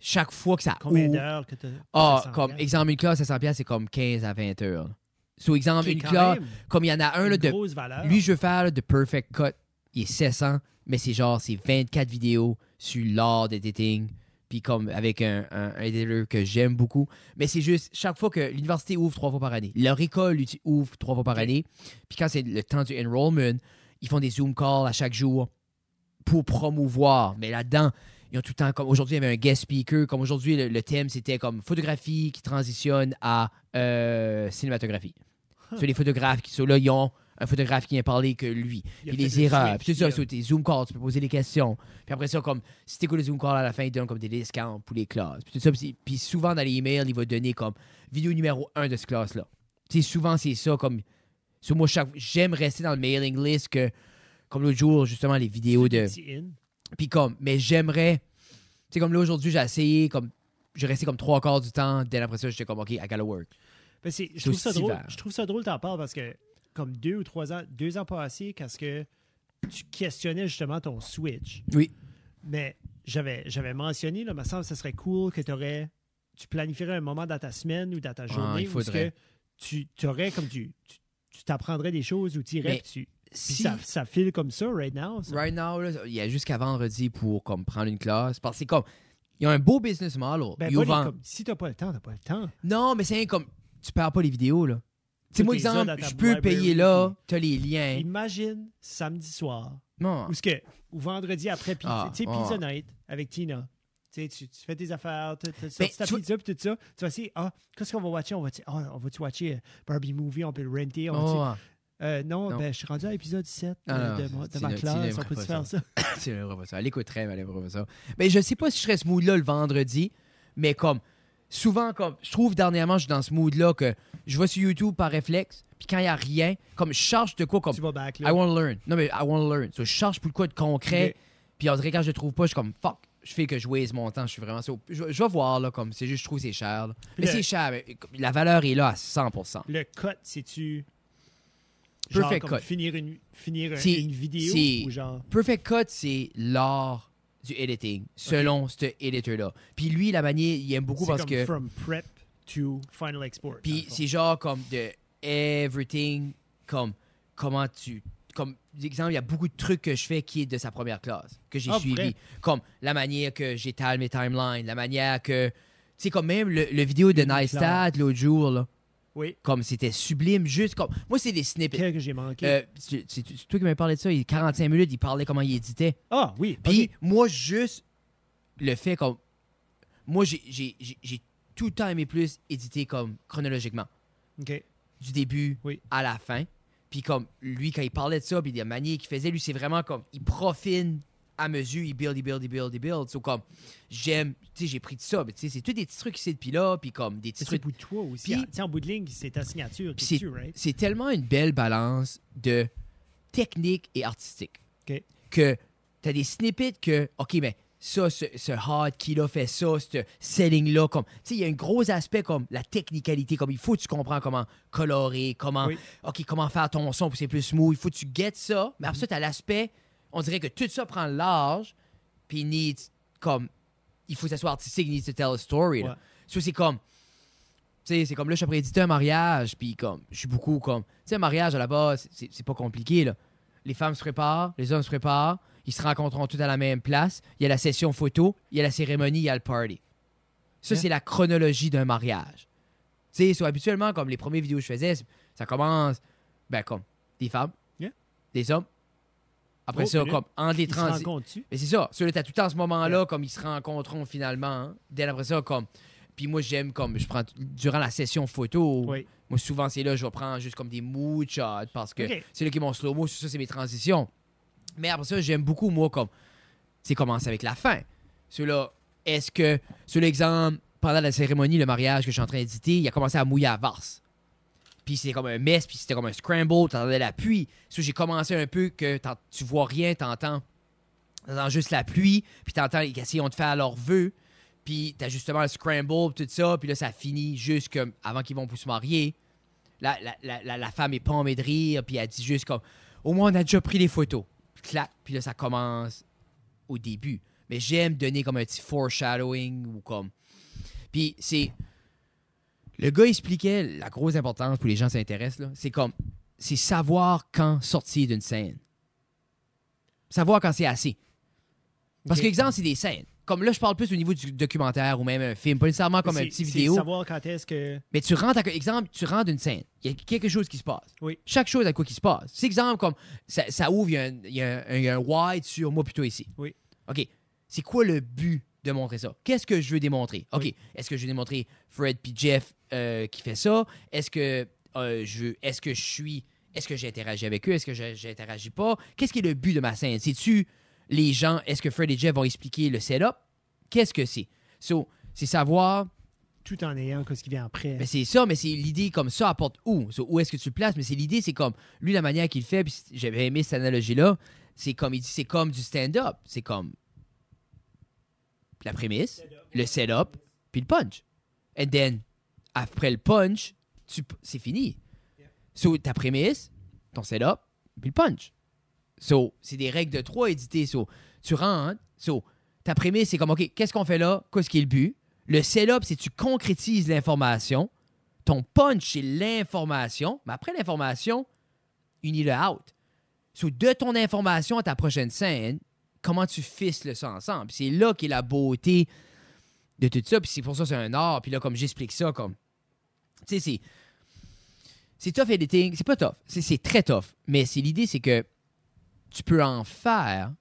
S1: chaque fois que ça
S2: Combien
S1: ouvre-
S2: d'heures que t'as.
S1: ah,
S2: ça s'en
S1: comme
S2: vient?
S1: exemple, une classe, 700 pièces c'est comme 15 à 20 heures. Sous
S2: OK,
S1: exemple, une
S2: quand
S1: classe,
S2: même,
S1: comme il y en a un,
S2: une
S1: là, de,
S2: grosse valeur.
S1: lui, je veux faire là, de Perfect Cut, il est 700, mais c'est genre, c'est 24 vidéos sur l'art d'editing, puis comme avec un, un, un editor que j'aime beaucoup. Mais c'est juste, chaque fois que l'université ouvre trois fois par année, leur école uti- ouvre trois fois par année, puis quand c'est le temps du enrollment, ils font des Zoom calls à chaque jour pour promouvoir. Mais là-dedans, ils ont tout le temps, comme aujourd'hui, il y avait un guest speaker, comme aujourd'hui, le, le thème, c'était comme photographie qui transitionne à euh, cinématographie. C'est les photographes qui sont là, ils ont un photographe qui vient parler que lui.
S2: Il a
S1: Puis
S2: fait
S1: les
S2: le
S1: erreurs,
S2: switch,
S1: puis tout ça,
S2: il a-
S1: sur tes Zoom calls, tu peux poser des questions. Puis après ça, comme, si t'écoutes les Zoom calls à la fin, ils donnent comme des discounts pour les classes. Puis tout ça, puis, c'est- puis souvent dans les emails, il va donner comme vidéo numéro 1 de cette classe-là. Tu sais, souvent c'est ça, comme, sur moi, chaque- j'aime rester dans le mailing list que, comme l'autre jour, justement, les vidéos de.
S2: Petit in.
S1: Puis comme, mais j'aimerais. Tu sais, comme là aujourd'hui, j'ai essayé, comme. J'ai resté comme trois quarts du temps. Dès après ça, j'étais comme, OK, I gotta work.
S2: Ben, c'est- je, trouve ça
S1: aussi
S2: drôle,
S1: vert.
S2: je trouve ça drôle, t'en parles, parce que comme deux ou trois ans, deux ans passés, quand ce que tu questionnais justement ton Switch,
S1: Oui.
S2: mais j'avais j'avais mentionné, là, me semble que ce serait cool que t'aurais- tu planifierais un moment dans ta semaine ou dans ta journée
S1: Ah, il
S2: où ce
S1: faudrait.
S2: que tu, tu aurais comme tu tu- tu t'apprendrais des choses ou t'irais
S1: Mais
S2: puis tu puis
S1: Si,
S2: ça, ça file comme ça right now. ça.
S1: right now, là, il y a jusqu'à vendredi pour comme, prendre une classe. Parce que c'est comme. Il y a un beau business model.
S2: Ben,
S1: Ils
S2: pas les-
S1: ouvrent en-
S2: comme- si t'as pas le temps, t'as pas le temps.
S1: Non, mais c'est comme. Tu perds pas les vidéos, là. Tu sais,
S2: Tout
S1: moi,
S2: est ça
S1: exemple,
S2: dans ta
S1: je peux
S2: library,
S1: payer là, t'as les liens.
S2: Imagine samedi soir,
S1: Non.
S2: (laughs) Ou, ce que, ou vendredi après pizza,
S1: Ah,
S2: tu sais,
S1: ah.
S2: pizza night avec Tina. Tu, sais, tu, tu fais tes affaires, tu, tu
S1: Ben,
S2: sorti ta
S1: tu vois-
S2: pizza puis tout ça. Tu vas essayer, ah, qu'est-ce qu'on va watcher? On va, ah, on va-tu watcher euh, Barbie Movie? On peut le renter? On va-tu-
S1: Non,
S2: Euh, non,
S1: Oh. Non.
S2: ben, je suis rendu à l'épisode 7
S1: Ah,
S2: euh,
S1: non,
S2: de, mon- de
S1: c'est
S2: ma
S1: le- c'est le-
S2: classe. On
S1: fera
S2: peut-tu
S1: pas
S2: faire ça?
S1: c'est le repas ça. Elle écouterait, mais elle aimerait ça. Mais je sais pas si je serais ce mood-là le vendredi, mais comme souvent, comme je trouve dernièrement, je suis dans ce mood-là que je vais sur YouTube par réflexe, puis quand il y a rien, comme je charge de quoi, comme
S2: Tu vas back
S1: I
S2: là.
S1: want to learn. Non, mais I want to learn. So, je charge pour le quoi de concret, puis on dirait quand je le trouve pas, je suis comme fuck, je fais que je waste mon temps, je suis vraiment. so, je, je vais voir, là, comme c'est juste, je trouve que c'est cher. là. Mais
S2: Le-
S1: c'est cher, mais, comme, la valeur est là à 100%.
S2: Le cut, c'est-tu. Genre,
S1: Perfect
S2: comme
S1: cut.
S2: finir une, finir un-
S1: C'est-
S2: une
S1: c'est-
S2: vidéo ou genre.
S1: Perfect Cut, c'est l'art du editing, selon cet éditeur-là. Puis lui, la manière, il aime beaucoup
S2: c'est
S1: parce
S2: comme
S1: que.
S2: From prep to final export. dans
S1: Puis
S2: le fond.
S1: c'est genre comme de everything, comme comment tu. Comme exemple, il y a beaucoup de trucs que je fais qui est de sa première classe, que j'ai
S2: Ah,
S1: suivi.
S2: vrai?
S1: Comme la manière que j'étale mes timelines, la manière que. Tu sais, comme même le, le vidéo de
S2: Une
S1: Neistat l'autre jour, là,
S2: Oui.
S1: comme c'était sublime, juste comme. Moi, c'est des snippets.
S2: Quel que j'ai manqué.
S1: Euh, c'est c'est- c'est toi qui m'avais parlé de ça, il 45 minutes, il parlait comment il éditait.
S2: ah, oui.
S1: Puis
S2: ok.
S1: moi, juste le fait comme. Moi, j'ai- j'ai j'ai- j'ai tout le temps aimé plus éditer comme chronologiquement
S2: OK.
S1: du début
S2: Oui.
S1: à la fin. Puis comme lui, quand il parlait de ça, puis la manière qu'il faisait, lui, c'est vraiment comme, il profine à mesure, il build, il build, il build, il build. So, comme, j'aime, tu sais, j'ai pris de ça, mais tu sais, c'est tous des petits trucs ici depuis là, puis comme des petits
S2: C'est
S1: trucs.
S2: pour toi aussi.
S1: Puis-
S2: Ah, tu sais, en bout de ligne, c'est ta signature
S1: Puis
S2: qui tue, right?
S1: C'est tellement une belle balance de technique et artistique.
S2: OK.
S1: Que t'as des snippets que, OK, mais ça, ce, ce hard qui là fait ça, ce selling-là. Comme, tu sais, il y a un gros aspect comme la technicalité, comme il faut que tu comprends comment colorer, comment,
S2: Oui.
S1: OK, comment faire ton son pour que c'est plus smooth. Il faut que tu guettes ça. Mais après ça, t'as l'aspect, on dirait que tout ça prend le large, puis il need, comme, il faut que ça soit artistique, il need to tell a story. là.
S2: Ouais.
S1: So, c'est comme, tu sais, c'est comme là, je suis prédité un mariage, puis comme, je suis beaucoup comme, tu sais, un mariage à la base, c'est c'est pas compliqué, là. Les femmes se préparent, les hommes se préparent, ils se rencontreront tous à la même place, il y a la session photo, il y a la cérémonie, il y a le party. Ça,
S2: Hein?
S1: c'est la chronologie d'un mariage. Tu sais, so, habituellement, comme les premières vidéos que je faisais, c'est- ça commence, ben, comme, des femmes,
S2: Yeah.
S1: des hommes. Après
S2: Oh,
S1: ça,
S2: puis là,
S1: comme, entre les
S2: Ils se
S1: trans...
S2: rencontrent-tu?
S1: Mais c'est ça. Ceux-là, t'as tout le temps ce moment-là, comme ils se rencontreront finalement. hein. Dès après ça, comme. Puis moi, j'aime comme. Je prends. t- Durant la session photo,
S2: Oui.
S1: moi, souvent, c'est là, je vais prendre juste comme des mood shots parce que
S2: Ok.
S1: c'est là qui est mon slow-mo. c'est Ça, c'est mes transitions. Mais après ça, j'aime beaucoup, moi, comme. C'est commencer avec la fin. Ceux-là, est-ce que. Sur l'exemple, pendant la cérémonie, le mariage que je suis en train d'éditer, il a commencé à mouiller à Varse. Puis c'était comme un mess, puis c'était comme un scramble, t'entendais la pluie. Ça, j'ai commencé un peu que t'en- tu vois rien, t'entends t'entends juste la pluie, puis t'entends les cassiers, on te fait à leur vœu, puis t'as justement le scramble, puis tout ça, puis là, ça finit juste comme avant qu'ils vont pour se marier. La, la, la, la- la femme est pas en rire, puis elle dit juste comme Au moins, on a déjà pris les photos. Clac, puis là, ça commence au début. Mais j'aime donner comme un petit foreshadowing ou comme. Puis c'est. Le gars expliquait la grosse importance pour les gens qui s'intéressent, là. C'est comme. C'est savoir quand sortir d'une scène. Savoir quand c'est assez. Parce
S2: Ok.
S1: que, exemple, c'est des scènes. Comme là, je parle plus au niveau du documentaire ou même un film, pas nécessairement comme un
S2: C'est-
S1: petit
S2: c'est
S1: vidéo.
S2: savoir quand est-ce que...
S1: Mais tu rentres, à, exemple, tu rentres une scène. Il y a quelque chose qui se passe.
S2: Oui.
S1: Chaque chose a quoi qui se passe. C'est exemple comme ça, ça ouvre, il y, a un, il y a un- il y a un wide sur moi plutôt ici.
S2: Oui.
S1: OK. C'est quoi le but de montrer ça? Qu'est-ce que je veux démontrer? OK.
S2: Oui.
S1: Est-ce que je veux démontrer Fred puis Jeff euh, qui fait ça? Est-ce que euh, je veux- est-ce que je suis. Est-ce que j'interagis avec eux? Est-ce que je- j'interagis pas? Qu'est-ce qui est le but de ma scène? C'est-tu les gens, est-ce que Fred et Jeff vont expliquer le setup? Qu'est-ce que c'est? So, c'est savoir
S2: Tout en ayant ce qui vient après.
S1: mais c'est ça, mais c'est l'idée comme ça apporte où? So, où est-ce que tu le places? Mais c'est l'idée, c'est comme lui, la manière qu'il le fait, puis c- j'avais aimé cette analogie-là, c'est comme il dit, c'est comme du stand-up. C'est comme la prémisse, le setup, puis le punch. And then, après le punch, tu p- c'est fini. So, ta prémisse, ton setup, puis le punch. So, c'est des règles de trois éditées. So, tu rentres. So, ta prémisse, c'est comme, OK, qu'est-ce qu'on fait là? Qu'est-ce qui est le but? Le setup, c'est tu concrétises l'information. Ton punch, c'est l'information. Mais après l'information, unis le out. So, de ton information à ta prochaine scène, comment tu fices ça ensemble? Puis C'est là qu'est la beauté de tout ça. Puis c'est pour ça que c'est un art. Puis là, comme j'explique ça, comme. Tu sais, c'est. C'est tough editing. C'est pas tough. C'est- C'est très tough. Mais c'est l'idée, c'est que tu peux en faire.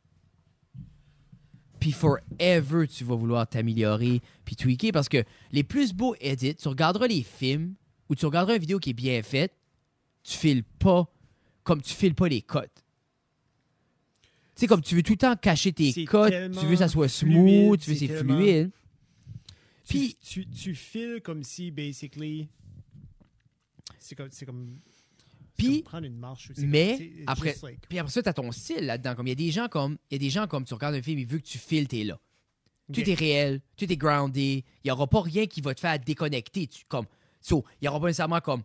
S1: Puis forever, tu vas vouloir t'améliorer puis tweaker parce que les plus beaux edits, tu regarderas les films ou tu regarderas une vidéo qui est bien faite, tu files pas comme tu files pas les cotes. Tu sais, comme tu veux tout le temps cacher tes
S2: C'est
S1: cotes,
S2: tellement
S1: tu veux que ça soit
S2: fluide,
S1: smooth, tu veux que
S2: c'est
S1: c'est
S2: tellement-
S1: fluide.
S2: Tu-
S1: Puis-
S2: tu, tu files comme si, basically, c'est comme, c'est comme, c'est
S1: Puis-
S2: comme prendre une marche. ou c'est
S1: mais
S2: comme- c'est- it's
S1: après-
S2: just like-
S1: Puis après ça, t'as ton style là-dedans. Comme il y a des gens comme il y a des gens comme tu regardes un film, il veut que tu files, t'es là.
S2: Ok.
S1: Tout est réel, tout est groundé. Il n'y aura pas rien qui va te faire déconnecter. Tu, comme, so, il n'y aura pas nécessairement comme.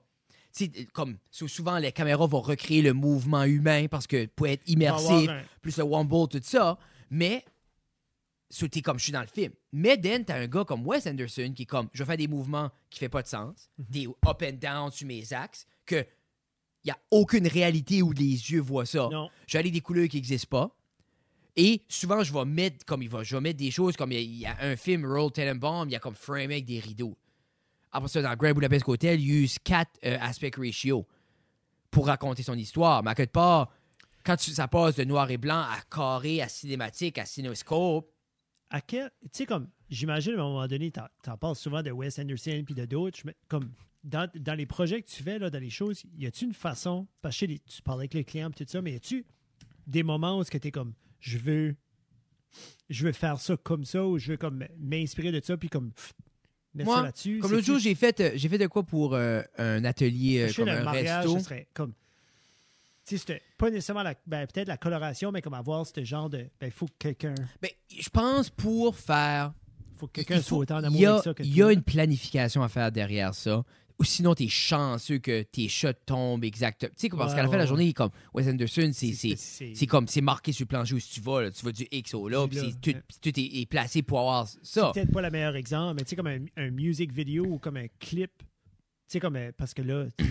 S1: tu sais, Comme, so, souvent, les caméras vont recréer le mouvement humain parce que pour être
S2: Pour avoir
S1: immersif,
S2: un-
S1: plus le womble, tout ça. Mais, so, t'es comme je suis dans le film. Mais then, t'as un gars comme Wes Anderson qui est comme, je vais faire des mouvements qui fait pas de sens,
S2: Mhm.
S1: des up and down sur mes axes, que il n'y a aucune réalité où les yeux voient ça.
S2: Non.
S1: Je vais aller des couleurs qui n'existent pas. Et souvent, je vais mettre, comme il va, je vais mettre des choses comme il y a- il y, a un film, Roll Tenenbaum, il y a comme framé avec des rideaux. Après ça, dans Grand Budapest Hotel, il use 4 aspect euh, ratio pour raconter son histoire. Mais à quelque part, quand tu- ça passe de noir et blanc à carré, à cinématique, à cinoscope,
S2: À quel, tu sais, comme, j'imagine, à un moment donné, t'en, t'en parles souvent de Wes Anderson puis de d'autres, mais comme, dans, dans les projets que tu fais, là, dans les choses, y a-tu une façon, parce que je sais, les- tu parlais avec le client puis tout ça, mais y a-tu des moments où est-ce que t'es comme, je veux, je veux faire ça comme ça, ou je veux comme m'inspirer de ça, puis comme, pff, mettre
S1: Moi,
S2: ça là-dessus?
S1: comme l'autre
S2: C'est-tu-
S1: jour, j'ai fait, euh, j'ai fait de quoi pour euh, un atelier, euh,
S2: Je sais,
S1: comme
S2: le
S1: un
S2: mariage,
S1: resto.
S2: ce serait comme. Tu sais, c'était pas nécessairement la, ben, peut-être la coloration, mais comme avoir ce genre de. Ben, faut que quelqu'un.
S1: Ben, je pense pour faire.
S2: Faut que quelqu'un
S1: il faut-
S2: soit autant en
S1: il y
S2: amour
S1: a-
S2: avec ça que
S1: Il y
S2: toi.
S1: a une planification à faire derrière ça. Ou sinon, t'es chanceux que tes shots tombent exact. Tu sais, parce
S2: Ouais,
S1: qu'à la fin
S2: ouais,
S1: de la
S2: ouais.
S1: journée, comme Wes Anderson, c'est- c'est
S2: c'est-
S1: c'est comme c'est marqué sur le plancher où tu vas. là. Tu vas du X au là,
S2: C'est
S1: puis
S2: là,
S1: c'est tout,
S2: ouais.
S1: puis tout est, est placé pour avoir ça.
S2: peut-être pas le meilleur exemple, mais tu sais, comme un, un music video ou comme un clip. Tu sais, comme. un- Parce que là, tu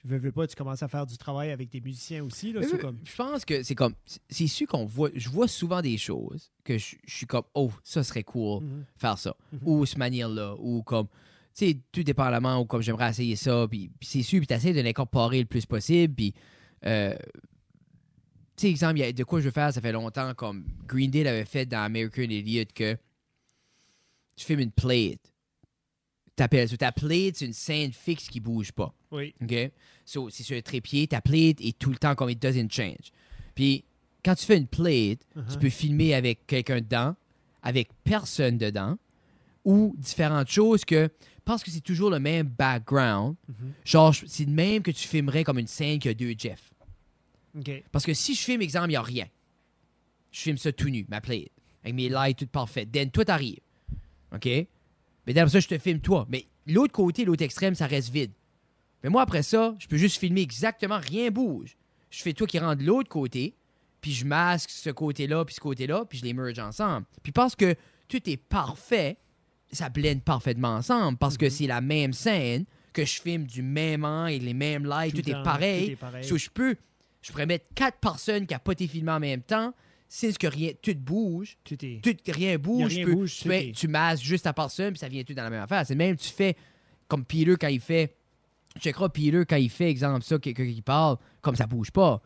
S2: tu veux, veux pas, tu commences à faire du travail avec des musiciens aussi. Là,
S1: Mais
S2: c'est
S1: oui,
S2: comme.
S1: Je pense que c'est comme. c'est- C'est sûr qu'on voit. Je vois souvent des choses que je, je suis comme, oh, ça serait cool
S2: Mhm.
S1: faire ça.
S2: Mhm.
S1: Ou se manière-là. Ou comme. Tu sais, tout dépendamment, ou comme j'aimerais essayer ça. Puis, puis c'est sûr, puis t'essayes de l'incorporer le plus possible. Puis. euh, tu sais, exemple, il y a de quoi je veux faire, ça fait longtemps, comme Green Day l'avait fait dans American Idiot, que tu filmes une plate. T'appelles ça. Ta plate, c'est une scène fixe qui bouge pas.
S2: Oui.
S1: OK? So, c'est sur le trépied, ta plate est tout le temps comme it doesn't change. Puis, quand tu fais une plate, tu
S2: Uh-huh.
S1: peux filmer avec quelqu'un dedans, avec personne dedans, ou différentes choses que, parce que c'est toujours le même background,
S2: Mhm.
S1: genre, je- c'est le même que tu filmerais comme une scène qui a deux Jeff.
S2: OK.
S1: Parce que si je filme, exemple, il n'y a rien. Je filme ça tout nu, ma plate, avec mes lights toutes parfaites. Then, toi, t'arrives. OK? Mais d'après ça, je te filme toi. Mais l'autre côté, l'autre extrême, ça reste vide. Mais moi, après ça, je peux juste filmer exactement, rien bouge. Je fais toi qui rentre de l'autre côté, puis je masque ce côté-là, puis ce côté-là, puis je les merge ensemble. Puis parce que tout est parfait, ça blende parfaitement ensemble, parce
S2: Mhm.
S1: que c'est la même scène, que je filme du même angle, les mêmes lights,
S2: Tout
S1: tout,
S2: le temps,
S1: est pareil.
S2: tout est pareil.
S1: So, je peux, je pourrais mettre quatre personnes qui n'ont pas été filmées en même temps, c'est que rien, tout bouge,
S2: Tout est.
S1: tout, rien
S2: Y a
S1: bouge,
S2: rien
S1: tu peux-
S2: bouge,
S1: tu,
S2: tout
S1: fais-
S2: est-
S1: tu masses juste ta personne, puis ça vient tout dans la même affaire. C'est le même, tu fais comme Peter quand il fait. Tu checkeras Peter quand il fait, exemple, ça, quelqu'un qui parle, comme ça bouge pas.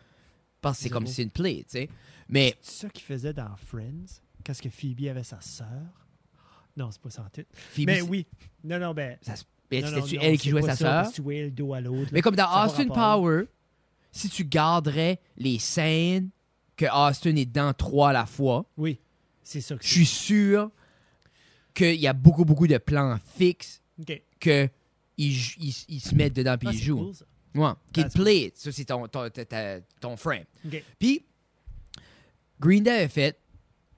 S1: Parce que c'est
S2: C'est
S1: comme
S2: beau.
S1: si c'est une plaie, tu sais. Mais
S2: C'est ça qu'il faisait dans Friends, quand ce que Phoebe avait sa sœur. Non, c'est pas sans titre.
S1: Phoebe,
S2: mais
S1: c'est-
S2: Ben oui. Non, non, ben.
S1: ça se- mais
S2: non,
S1: c'était-tu
S2: non, non,
S1: elle qui
S2: c'est
S1: jouait
S2: pas
S1: sa
S2: ça,
S1: sœur?
S2: parce que Tu jouais le dos à l'autre.
S1: Mais comme dans
S2: Ça a pas
S1: Austin
S2: rapport.
S1: Power, si tu garderais les scènes que Austin est dans trois à la fois,
S2: Oui, c'est ça que
S1: je suis sûr qu'il y a beaucoup, beaucoup de plans fixes
S2: OK.
S1: que ils, jou- ils- ils se mettent dedans puis
S2: Ah,
S1: ils
S2: c'est
S1: jouent.
S2: cool, ça.
S1: Ouais, qui
S2: That's
S1: te plaît. Ça, c'est ton, ton, ta- ta- ton frame.
S2: OK.
S1: Puis, Green Day avait fait,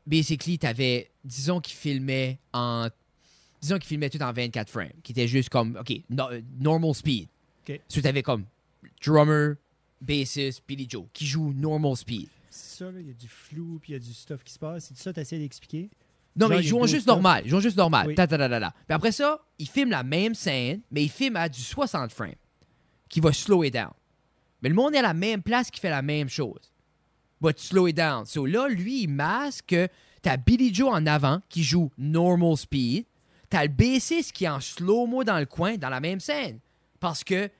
S1: basically, t'avais, disons qu'ils filmaient en. Disons qu'ils filmaient tout en 24 frames, qui était juste comme, OK, no- normal speed.
S2: OK.
S1: So, t'avais comme drummer, bassist, Billy Joe, qui joue normal speed.
S2: C'est ça, là, il y a du flou, puis il y a du stuff qui se passe. C'est ça, t'essayes d'expliquer.
S1: Non,
S2: Genre,
S1: mais
S2: il
S1: ils
S2: y a
S1: jouent
S2: deux
S1: juste
S2: stuff.
S1: normal. Ils jouent juste normal.
S2: Oui.
S1: Ta, ta, ta, ta, ta. Puis après ça, ils filment la même scène, mais ils filment à du 60 frames, qui va slow it down. Mais le monde est à la même place qui fait la même chose. But slow it down. So là, lui, il masque que t'as Billy Joe en avant qui joue normal speed. T'as le B6 qui est en slow-mo dans le coin, dans la même scène. Parce que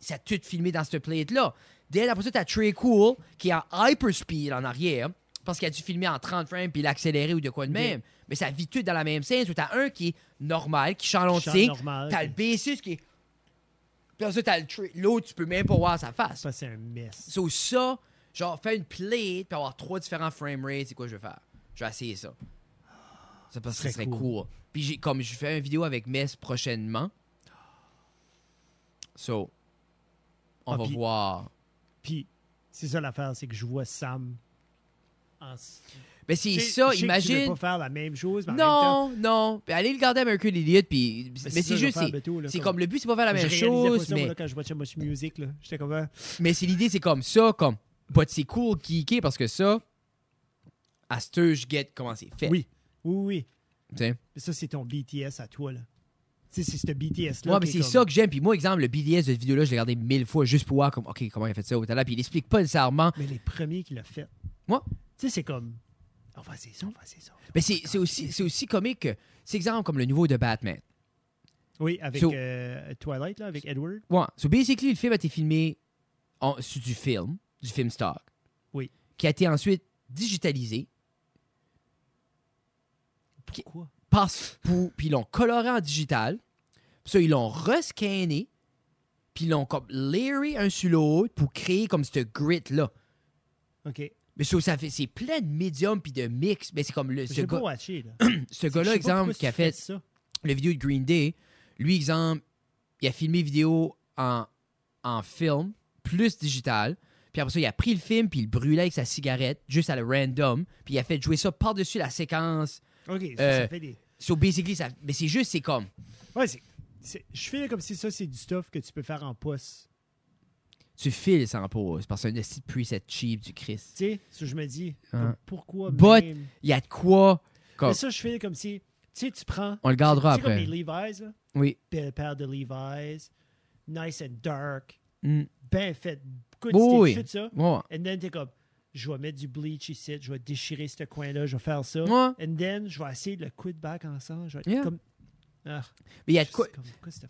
S1: ça a tout filmé dans cette plate-là. Dès après ça, t'as Trey Cool qui est en hyper speed en arrière parce qu'il a dû filmer en 30 frames puis l'accélérer ou de quoi de même. Mais ça vit tout dans la même scène. So, T'as un qui est normal, qui chante
S2: Chante
S1: l'ontique.
S2: normal,
S1: T'as le B6 qui est. Puis après ça, t'as le Trey- L'autre, tu peux même pas voir sa face.
S2: Ça, c'est un mess.
S1: So, ça, genre, faire une plate puis avoir trois différents frame rates, c'est quoi que je vais faire? Je vais essayer ça. Ça parce que ça
S2: Très
S1: serait
S2: cool.
S1: cool. Puis j'ai, comme je fais une vidéo avec Mess prochainement, so, on
S2: Ah,
S1: va
S2: puis-
S1: voir.
S2: Puis, c'est ça l'affaire, c'est que je vois Sam en.
S1: Mais c'est
S2: Tu sais,
S1: ça,
S2: je sais que Tu veux
S1: imagine.
S2: pas faire la même chose, mais en même temps,
S1: Non, non. Puis allez le garder à Mercury Idiot, puis. Mais,
S2: c'est ça,
S1: c'est
S2: je vais
S1: juste,
S2: faire
S1: c'est,
S2: bientôt, là,
S1: c'est
S2: comme-
S1: comme le but, c'est pas faire la
S2: je
S1: même
S2: réalisais pas
S1: chose,
S2: ça, moi,
S1: mais,
S2: là, quand je watchais Much Music, là, j'étais comme. ah,
S1: mais c'est l'idée, c'est comme ça, comme. But c'est cool, geeké, parce que ça, à ce heure, je get comment c'est fait.
S2: Oui, oui, oui.
S1: tu sais.
S2: Mais ça, c'est ton BTS à toi, là. Tu sais, c'est ce BTS-là.
S1: Ouais, mais
S2: qui est
S1: c'est
S2: comme-
S1: ça que j'aime. Puis moi, exemple, le BDS de cette vidéo-là, je l'ai regardé mille fois juste pour voir comme, OK, comment il a fait ça au talent. Puis il explique pas nécessairement.
S2: Mais les premiers qui l'ont fait.
S1: Moi?
S2: Tu sais, c'est comme. On va essayer ça, on va essayer ça.
S1: Mais c'est c'est aussi, c'est aussi comique que. C'est exemple comme le nouveau de Batman.
S2: Oui, avec
S1: So-
S2: euh, Twilight, là, avec Edward.
S1: Ouais. So basically, le film a été filmé en, sur du film, du film stock.
S2: Oui.
S1: Qui a été ensuite digitalisé. Qui-
S2: Pourquoi?
S1: Parce, pour, puis ils l'ont coloré en digital. Puis ça, ils l'ont rescanné. Puis ils l'ont comme layeré un sur l'autre pour créer comme ce grit-là.
S2: OK.
S1: Mais ça, ça fait, c'est plein de médiums puis de mix. Mais c'est comme le, ce
S2: J'ai pas
S1: gars-
S2: watché, là.
S1: ce gars-là, exemple, qui a fait
S2: ça.
S1: le vidéo de Green Day, lui, exemple, il a filmé vidéo en, en film, plus digital. Puis après ça, il a pris le film, puis il le brûlait avec sa cigarette, juste à le random. Puis il a fait jouer ça par-dessus la séquence.
S2: OK, ça,
S1: Euh,
S2: ça fait des.
S1: So basically, ça... mais c'est juste, c'est comme.
S2: Ouais, c'est- c'est- je fais comme si ça, c'est du stuff que tu peux faire en poste.
S1: Tu files sans pause parce que c'est un esti de preset cheap du Christ.
S2: Tu sais, ça, je me dis,
S1: Hein.
S2: comme, pourquoi
S1: But-
S2: même?
S1: Il y a de quoi. Comme...
S2: Mais ça, je fais comme si, tu sais, tu prends.
S1: On le gardera
S2: tu sais,
S1: après.
S2: comme les Levi's, là.
S1: Oui.
S2: Belle paire de Levi's. Nice and dark.
S1: Mm.
S2: Ben fait. Good
S1: Oui,
S2: stitch,
S1: oui.
S2: tout ça.
S1: Ouais.
S2: And then, t'es comme, je vais mettre du bleach ici, je vais déchirer ce coin-là, je vais faire ça.
S1: Ouais.
S2: And then, je vais essayer de le coup de back ensemble. Je vais être
S1: Yeah.
S2: comme. Ah,
S1: Mais il y a
S2: je
S1: de quoi.
S2: sais comme, pourquoi c'était-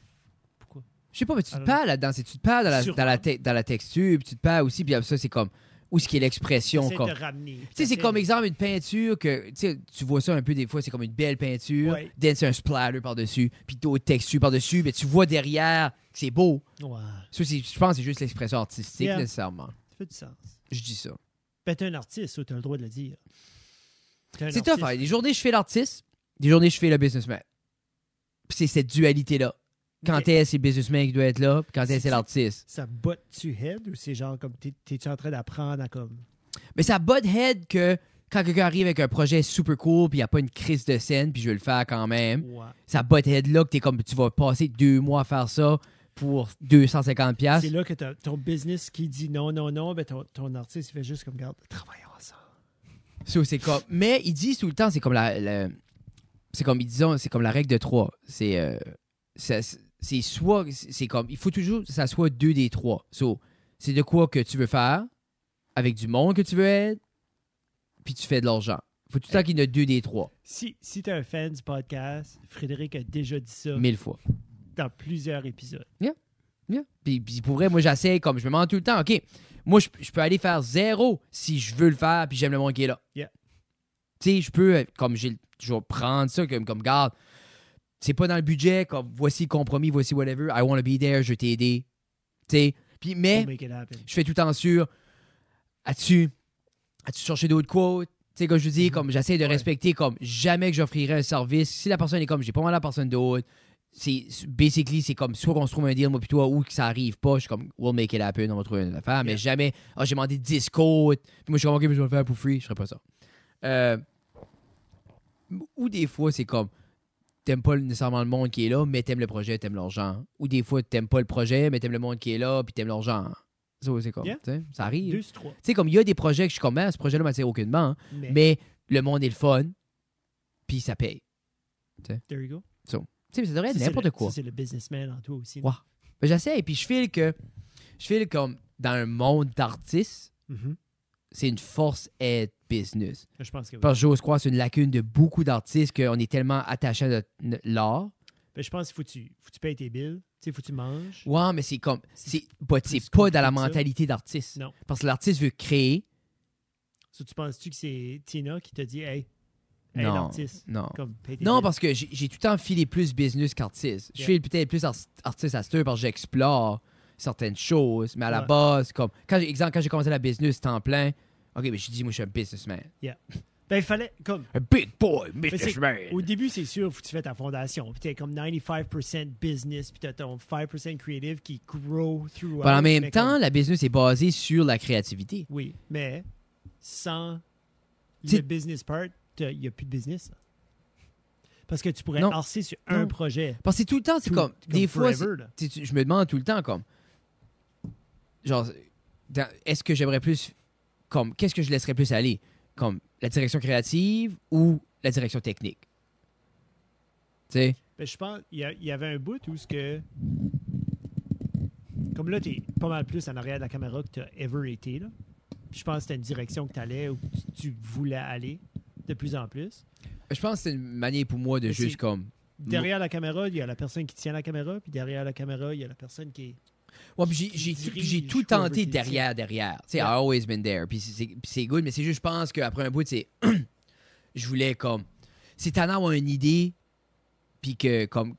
S2: Pourquoi?
S1: Je sais pas, mais tu
S2: I
S1: te
S2: don't
S1: parles là-dedans. c'est- Tu te parles dans la,
S2: Sûrement.
S1: dans, la te- dans la texture, puis tu te parles aussi, puis après ça, c'est comme. Où ce qui est l'expression,
S2: J'essaie
S1: comme.
S2: de ramener.
S1: Tu sais, c'est comme exemple une peinture que tu sais, tu vois ça un peu des fois, c'est comme une belle peinture,
S2: Ouais.
S1: then c'est un splatter par-dessus, puis d'autres textures par-dessus, mais tu vois derrière que c'est beau.
S2: Ouais,
S1: Ça, c'est- je pense que c'est juste l'expression artistique,
S2: Yeah.
S1: nécessairement.
S2: ça fait du sens.
S1: Je dis ça.
S2: Ben, t'es un artiste, ça, t'as le droit de le dire. T'es un
S1: C'est
S2: artiste.
S1: tough. hein. Des journées, je fais l'artiste, des journées, je fais le businessman. Puis c'est cette dualité-là. Quand
S2: Mais-
S1: est-ce c'est le businessman qui doit être là, puis quand est-ce
S2: C'est-
S1: c'est l'artiste.
S2: Ça botte-tu head ou c'est genre comme t'es- t'es-tu en train d'apprendre à comme.
S1: Mais ça butt head que quand quelqu'un arrive avec un projet super cool, puis il n'y a pas une crise de scène, puis je vais le faire quand même.
S2: Ouais.
S1: ça head là que t'es comme tu vas passer deux mois à faire ça pour 250 pièces
S2: C'est là que t'as- ton business qui dit non, non, non, ben ton, ton artiste, il fait juste comme, regarde, travaillons ensemble.
S1: c'est comme mais ils disent tout le temps c'est comme la, la- c'est comme ils disent c'est comme la règle de trois c'est euh, ça- c'est soit c'est comme il faut toujours que ça soit deux des trois so, c'est de quoi que tu veux faire avec du monde que tu veux être puis tu fais de l'argent faut tout le temps qu'il y en a deux des trois
S2: Si, si t'es un fan du podcast, Frédéric a déjà dit ça
S1: mille fois
S2: dans plusieurs épisodes.
S1: Yeah. Puis, puis pour vrai, moi, j'essaie comme je me mens tout le temps. OK, moi, je, je peux aller faire zéro si je veux le faire puis j'aime le monde qui est là.
S2: Yeah.
S1: Tu sais, je peux, euh, comme j'ai le- je vais prendre ça comme, comme garde. C'est pas dans le budget, comme voici le compromis, voici whatever. I wanna be there, je vais t'aider. Tu sais, puis mais
S2: Pour make it happen.
S1: je fais tout en sûr. As-tu as-tu cherché d'autres quotes? Tu sais, comme je vous dis, comme j'essaie de
S2: Mhm. Ouais.
S1: respecter comme jamais que j'offrirai un service. Si la personne est comme j'ai pas mal la personne d'autre, c'est basically c'est comme soit qu'on se trouve un deal moi puis toi ou que ça arrive pas, je suis comme we'll make it happen, on va trouver une autre affaire, mais
S2: Yeah.
S1: jamais ah j'ai demandé 10 quotes, puis moi je suis comme ok, mais je vais le faire pour free, je ferais pas ça. Euh, ou des fois c'est comme t'aimes pas nécessairement le monde qui est là, mais t'aimes le projet, t'aimes l'argent. Ou des fois t'aimes pas le projet, mais t'aimes le monde qui est là, puis t'aimes l'argent. Ça, c'est comme,
S2: Yeah.
S1: tu sais, ça arrive.
S2: Deux
S1: Tu
S2: sur trois.
S1: sais, comme il y a des projets que je suis comme, Ah, ce projet-là m'attire aucunement, hein.
S2: Mais,
S1: mais le monde est le fun, puis ça paye.
S2: there you go.
S1: Tu sais, ça devrait être
S2: Ça, c'est
S1: n'importe
S2: le-
S1: quoi.
S2: ça, C'est le businessman en toi aussi.
S1: Ouais. Mais J'essaie, puis je file que, je file comme dans un monde d'artistes,
S2: Mhm.
S1: c'est une force être business.
S2: Je pense que oui.
S1: Parce que j'ose croire, c'est une lacune de beaucoup d'artistes qu'on est tellement attaché à notre- notre- l'art.
S2: Ben, je pense qu'il faut que tu, faut que tu payes tes billes. Tu sais, faut que tu manges.
S1: Ouais, mais c'est comme, c'est but
S2: plus
S1: c'est pas dans la
S2: compliqué que ça.
S1: mentalité d'artiste.
S2: Non.
S1: Parce que l'artiste veut créer.
S2: Ça, tu penses-tu que c'est Tina qui t'a dit, hey, hey
S1: Non.
S2: l'artiste,
S1: Non.
S2: comme paye tes
S1: Non,
S2: billes.
S1: parce que j'ai j'ai tout le temps filé plus business qu'artiste. Je
S2: Yeah.
S1: file peut-être plus ar- artiste à ce heure parce que j'explore certaines choses, mais à la
S2: Ouais.
S1: base, comme. Quand, j'ai- exemple, quand j'ai commencé la business temps plein, OK, mais je dis, moi, je suis un businessman.
S2: Ben, il fallait, comme,
S1: Un big boy
S2: Mais c'est-
S1: businessman.
S2: au début, c'est sûr, faut que tu fais ta fondation. Puis t'es comme 95% business, puis t'as ton 5% creative qui grow throughout.
S1: Pendant en
S2: hein, mais
S1: même temps,
S2: comme-
S1: la business est basée sur la créativité.
S2: oui, mais sans le
S1: C'est-
S2: business part, il n'y a plus de business. Parce que tu pourrais
S1: Non.
S2: harcer sur
S1: Non.
S2: un projet.
S1: Parce que c'est tout le temps, c'est
S2: Tout-
S1: comme. Des fois, c'est-
S2: forever, là.
S1: tu- tu- je me demande tout le temps comme genre dans- est-ce que j'aimerais plus comme qu'est-ce que je laisserais plus aller comme la direction créative ou la direction technique tu sais
S2: Ben, je pense il y, a- il y avait un bout où ce que. Comme là, t'es pas mal plus en arrière de la caméra que t'as ever été. Là. Puis je pense que c'était une direction que t'allais ou que tu- tu voulais aller de plus en plus.
S1: je pense que c'est une manière pour moi de
S2: Mais
S1: juste
S2: c'est-
S1: comme
S2: Derrière la caméra, il y a la personne qui tient la caméra, puis derrière la caméra, il y a la personne qui est.
S1: Ouais, puis j'ai- j'ai
S2: dirige,
S1: puis j'ai tout
S2: je crois,
S1: tenté
S2: Ricky,
S1: derrière, derrière. Tu sais,
S2: Yeah.
S1: I've always been there. Puis c'est- c'est puis c'est good, mais c'est juste, je pense qu'après un bout, c'est. (clears throat) je voulais comme. C'est tannant d'avoir une idée, puis que, comme.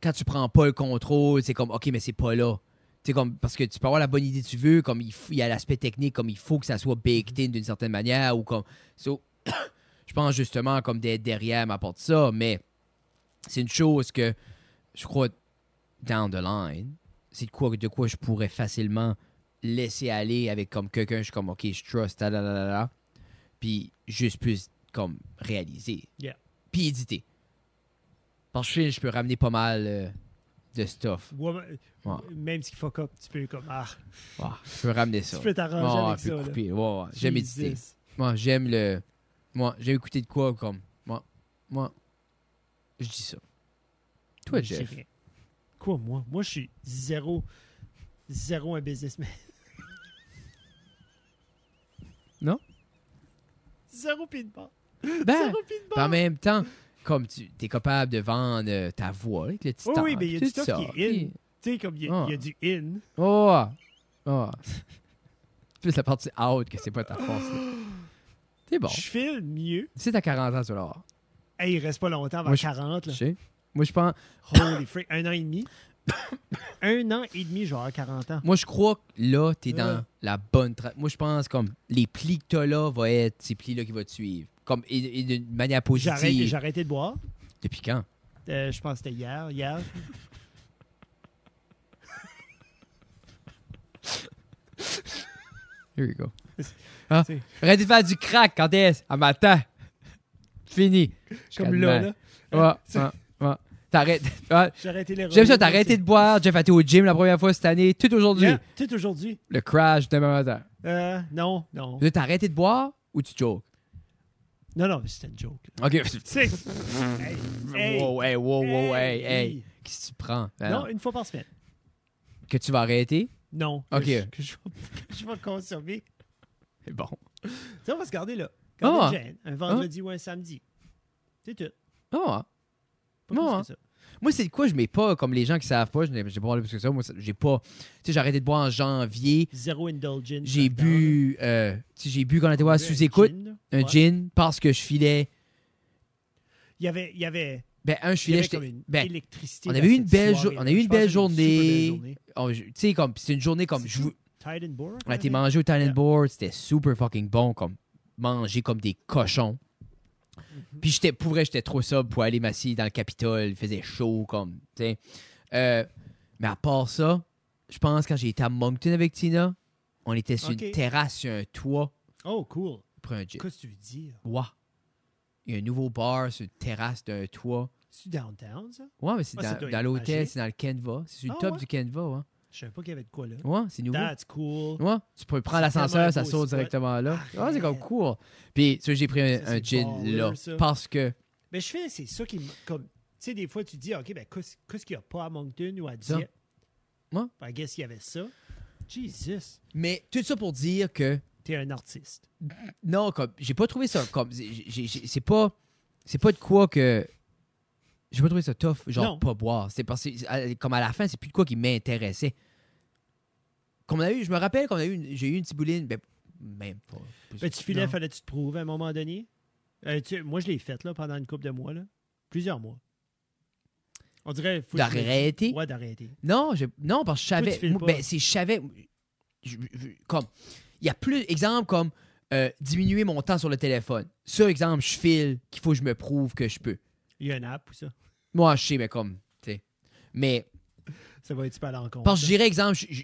S1: Quand tu prends pas le contrôle, c'est comme, OK, mais c'est pas là. Tu sais, comme, parce que tu peux avoir la bonne idée que tu veux, comme il, f- il y a l'aspect technique, comme il faut que ça soit baked in d'une certaine manière, ou comme. So, (clears throat) je pense justement, comme d'être derrière m'apporte ça, mais c'est une chose que je crois down the line, c'est de quoi, de quoi je pourrais facilement laisser aller avec comme quelqu'un, je suis comme, OK, je trust, ta, la, la, la, la. Puis juste plus comme réaliser.
S2: Yeah.
S1: Puis éditer. Parce que je sais, je peux ramener pas mal euh, de stuff.
S2: Ouais, mais-
S1: Ouais.
S2: Même si fuck up, tu peux comme ah,
S1: Ouais, je peux ramener ça.
S2: tu peux t'arranger
S1: Ouais,
S2: avec
S1: je peux
S2: ça. là.
S1: couper. Ouais, ouais, J'aime
S2: Jesus.
S1: éditer. Moi, j'aime le. Moi, j'aime écouter de quoi comme. Moi, moi, je dis ça. Toi,
S2: Je sais
S1: Jeff.
S2: rien. Quoi, moi? Moi, je suis zéro, zéro un businessman.
S1: (laughs) Non?
S2: Zéro pied de bord.
S1: Ben,
S2: Zéro pied de
S1: en
S2: bord.
S1: même temps, comme tu es capable de vendre euh, ta voix avec le petit
S2: Oui,
S1: temps,
S2: oui, mais il y a
S1: puis
S2: du
S1: tout
S2: stuff
S1: ça,
S2: qui est
S1: puis-
S2: in. Tu sais, comme il y, a-
S1: Ah.
S2: il y a du in.
S1: Oh! Oh! (laughs) Plus la partie out que c'est pas ta force. là. C'est bon.
S2: Je file mieux.
S1: C'est à 40 ans, tu vas l'avoir.
S2: Hey, il reste pas longtemps avant
S1: Moi, je-
S2: 40.
S1: Je
S2: Là.
S1: sais. Moi, je pense.
S2: Holy frick. Un an et demi. (coughs) un an et demi, je vais avoir 40 ans.
S1: Moi, je crois que là, t'es dans
S2: Ouais.
S1: la bonne tra- Moi, je pense comme les plis que t'as là vont être ces plis-là qui vont te suivre. Comme, et, et d'une manière
S2: J'arrête- J'ai
S1: positive.
S2: arrêté de boire.
S1: Depuis quand?
S2: Euh, je pense que c'était hier. Hier.
S1: Here we
S2: (laughs)
S1: go. Ah,
S2: C'est-
S1: arrête de faire du crack quand t'es à matin. Fini.
S2: Comme là, là.
S1: Ouais, ouais, ouais. T'arrêtes. (laughs) ouais.
S2: J'ai arrêté les
S1: J'aime ça, t'as arrêté de boire. Jeff a été au gym la première fois cette année. Tout aujourd'hui.
S2: Tout aujourd'hui.
S1: Le crash demain matin.
S2: Euh, non, non.
S1: Là, T'as arrêté de boire ou tu jokes?
S2: Non, non, c'était une joke.
S1: OK.
S2: (laughs) C'est. Hey,
S1: (laughs) Wow, hey, wow, wow, hey, hey.
S2: hey.
S1: Qu'est-ce que tu prends? Ben
S2: Non,
S1: non.
S2: une fois par semaine.
S1: Que tu vas arrêter?
S2: Non.
S1: Ok.
S2: Que je, que je, vais- que je vais conserver.
S1: C'est bon.
S2: Ça, on va se garder là.
S1: Ah.
S2: Garder le gène, Un vendredi ou un samedi. C'est tout.
S1: Ah, Ah.
S2: Pas plus que ça.
S1: Moi, c'est de quoi je mets pas, comme les gens qui savent pas, je n'ai j'ai pas parlé plus que ça. Moi, ça- j'ai pas. Tu sais, j'ai arrêté de boire en janvier.
S2: Zéro indulgence.
S1: J'ai
S2: là-dedans,
S1: bu. euh, tu sais, j'ai bu quand on était voir
S2: là. Un
S1: sous écoute,
S2: gin, là.
S1: un
S2: Ouais.
S1: gin, parce que je filais.
S2: Il y avait, il y avait,
S1: Ben, un, je
S2: il y
S1: filais.
S2: avait comme
S1: j'étais-
S2: une
S1: Ben,
S2: électricité.
S1: on
S2: dans
S1: avait eu une
S2: cette
S1: belle
S2: soirée-là.
S1: jour- on a eu une
S2: Je pense
S1: belle
S2: que c'était
S1: journée.
S2: super belle journée.
S1: on- je- tu sais, comme. C'est une journée comme. Je, vou-
S2: Tidenborough.
S1: on a été
S2: quand même.
S1: mangé au Talent
S2: Yeah.
S1: Board, c'était super fucking bon, comme. Manger comme des cochons.
S2: Mhm.
S1: Puis j'étais, pour vrai, j'étais trop sobre pour aller m'asseoir dans le Capitole. Il faisait chaud, comme, tu sais. Euh, mais à part ça, je pense quand j'ai été à Moncton avec Tina, on était sur une
S2: Ok.
S1: terrasse, sur un toit,
S2: Oh, cool.
S1: pour un gin.
S2: Qu'est-ce que tu veux dire?
S1: Ouah. Il y a un nouveau bar sur une terrasse d'un toit.
S2: C'est downtown, ça?
S1: Ouais, mais c'est
S2: Ah, ça
S1: dans,
S2: doit
S1: dans
S2: être
S1: l'hôtel,
S2: magique.
S1: c'est dans le Canva. C'est sur le
S2: Ah,
S1: top
S2: ouais?
S1: du Canva, ouais.
S2: Je savais pas qu'il y avait de quoi là.
S1: Ouais, c'est nouveau.
S2: That's cool.
S1: Ouais, tu peux prendre
S2: C'est
S1: l'ascenseur,
S2: tellement
S1: ça
S2: beau
S1: saute
S2: spot.
S1: directement là. Ah, c'est comme
S2: Arrête.
S1: cool. Puis, tu sais, j'ai pris un,
S2: Ça,
S1: un
S2: c'est
S1: gin
S2: baller,
S1: là.
S2: ça.
S1: Parce que.
S2: Mais Ben, je fais, c'est ça qui me. Comme, tu sais, des fois, tu dis, OK, ben, qu'est-ce qu'est-ce qu'il n'y a pas à Moncton ou à
S1: Ça.
S2: Dieppe?
S1: Ouais.
S2: Ben, guess qu'il y avait ça. Jesus,
S1: Mais tout ça pour dire que.
S2: t'es un artiste.
S1: Non, comme. J'ai pas trouvé ça. Comme. j'ai- j'ai- j'ai- C'est pas. C'est pas de quoi que. J'ai pas trouvé ça tough, genre
S2: Non.
S1: pas boire. C'est parce que, à- comme à la fin, c'est plus de quoi qui m'intéressait. Comme on a eu, je me rappelle qu'on a eu, une- j'ai eu une tibouline, ben, même pas. plus-
S2: Ben, tu filais,
S1: non.
S2: fallait-tu te prouver à un moment donné? Euh, tu- moi, je l'ai faite, là, pendant une couple de mois, là. Plusieurs mois. On dirait. faut que je me-
S1: D'arrêter?
S2: Ouais, d'arrêter.
S1: Non, j'ai- non parce que je savais.
S2: tu files
S1: moi,
S2: pas.
S1: ben, c'est je savais. je- je- Comme. Il y a plus. Exemple comme euh, diminuer mon temps sur le téléphone. Ça, exemple, je file qu'il faut que je me prouve que je peux.
S2: Il y a une app ou ça.
S1: Moi, je sais, mais comme. tu sais. Mais.
S2: Ça va être pas à l'encontre.
S1: Parce que je dirais, exemple, je- je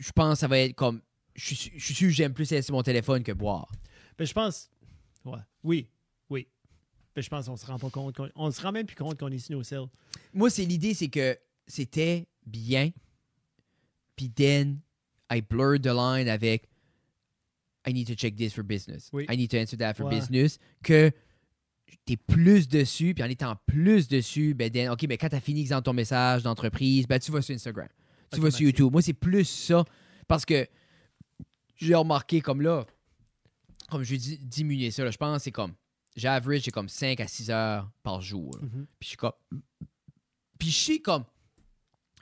S1: je pense que ça va être comme. Je suis su- je suis sûr que j'aime plus laisser mon téléphone que boire.
S2: Ben, je pense. Ouais. Oui. Oui. Ben, je pense qu'on se rend pas compte. qu'on- On se rend même plus compte qu'on est sur nos cells.
S1: Moi, c'est l'idée, c'est que c'était bien. Puis then, I blurred the line avec I need to check this for business.
S2: Oui.
S1: I need to answer that for
S2: Ouais.
S1: business. Que t'es plus dessus, puis en étant plus dessus, ben then, OK, ben quand t'as fini, exemple, ton message d'entreprise, ben tu vas sur Instagram. Tu vas sur
S2: Automatique.
S1: YouTube. Moi, c'est plus ça. Parce que j'ai remarqué comme là, comme je dis, diminuer ça, là, je pense, que c'est comme, j'average, c'est comme 5 à 6 heures par jour. là.
S2: Mhm.
S1: Puis je suis comme. Puis je sais comme.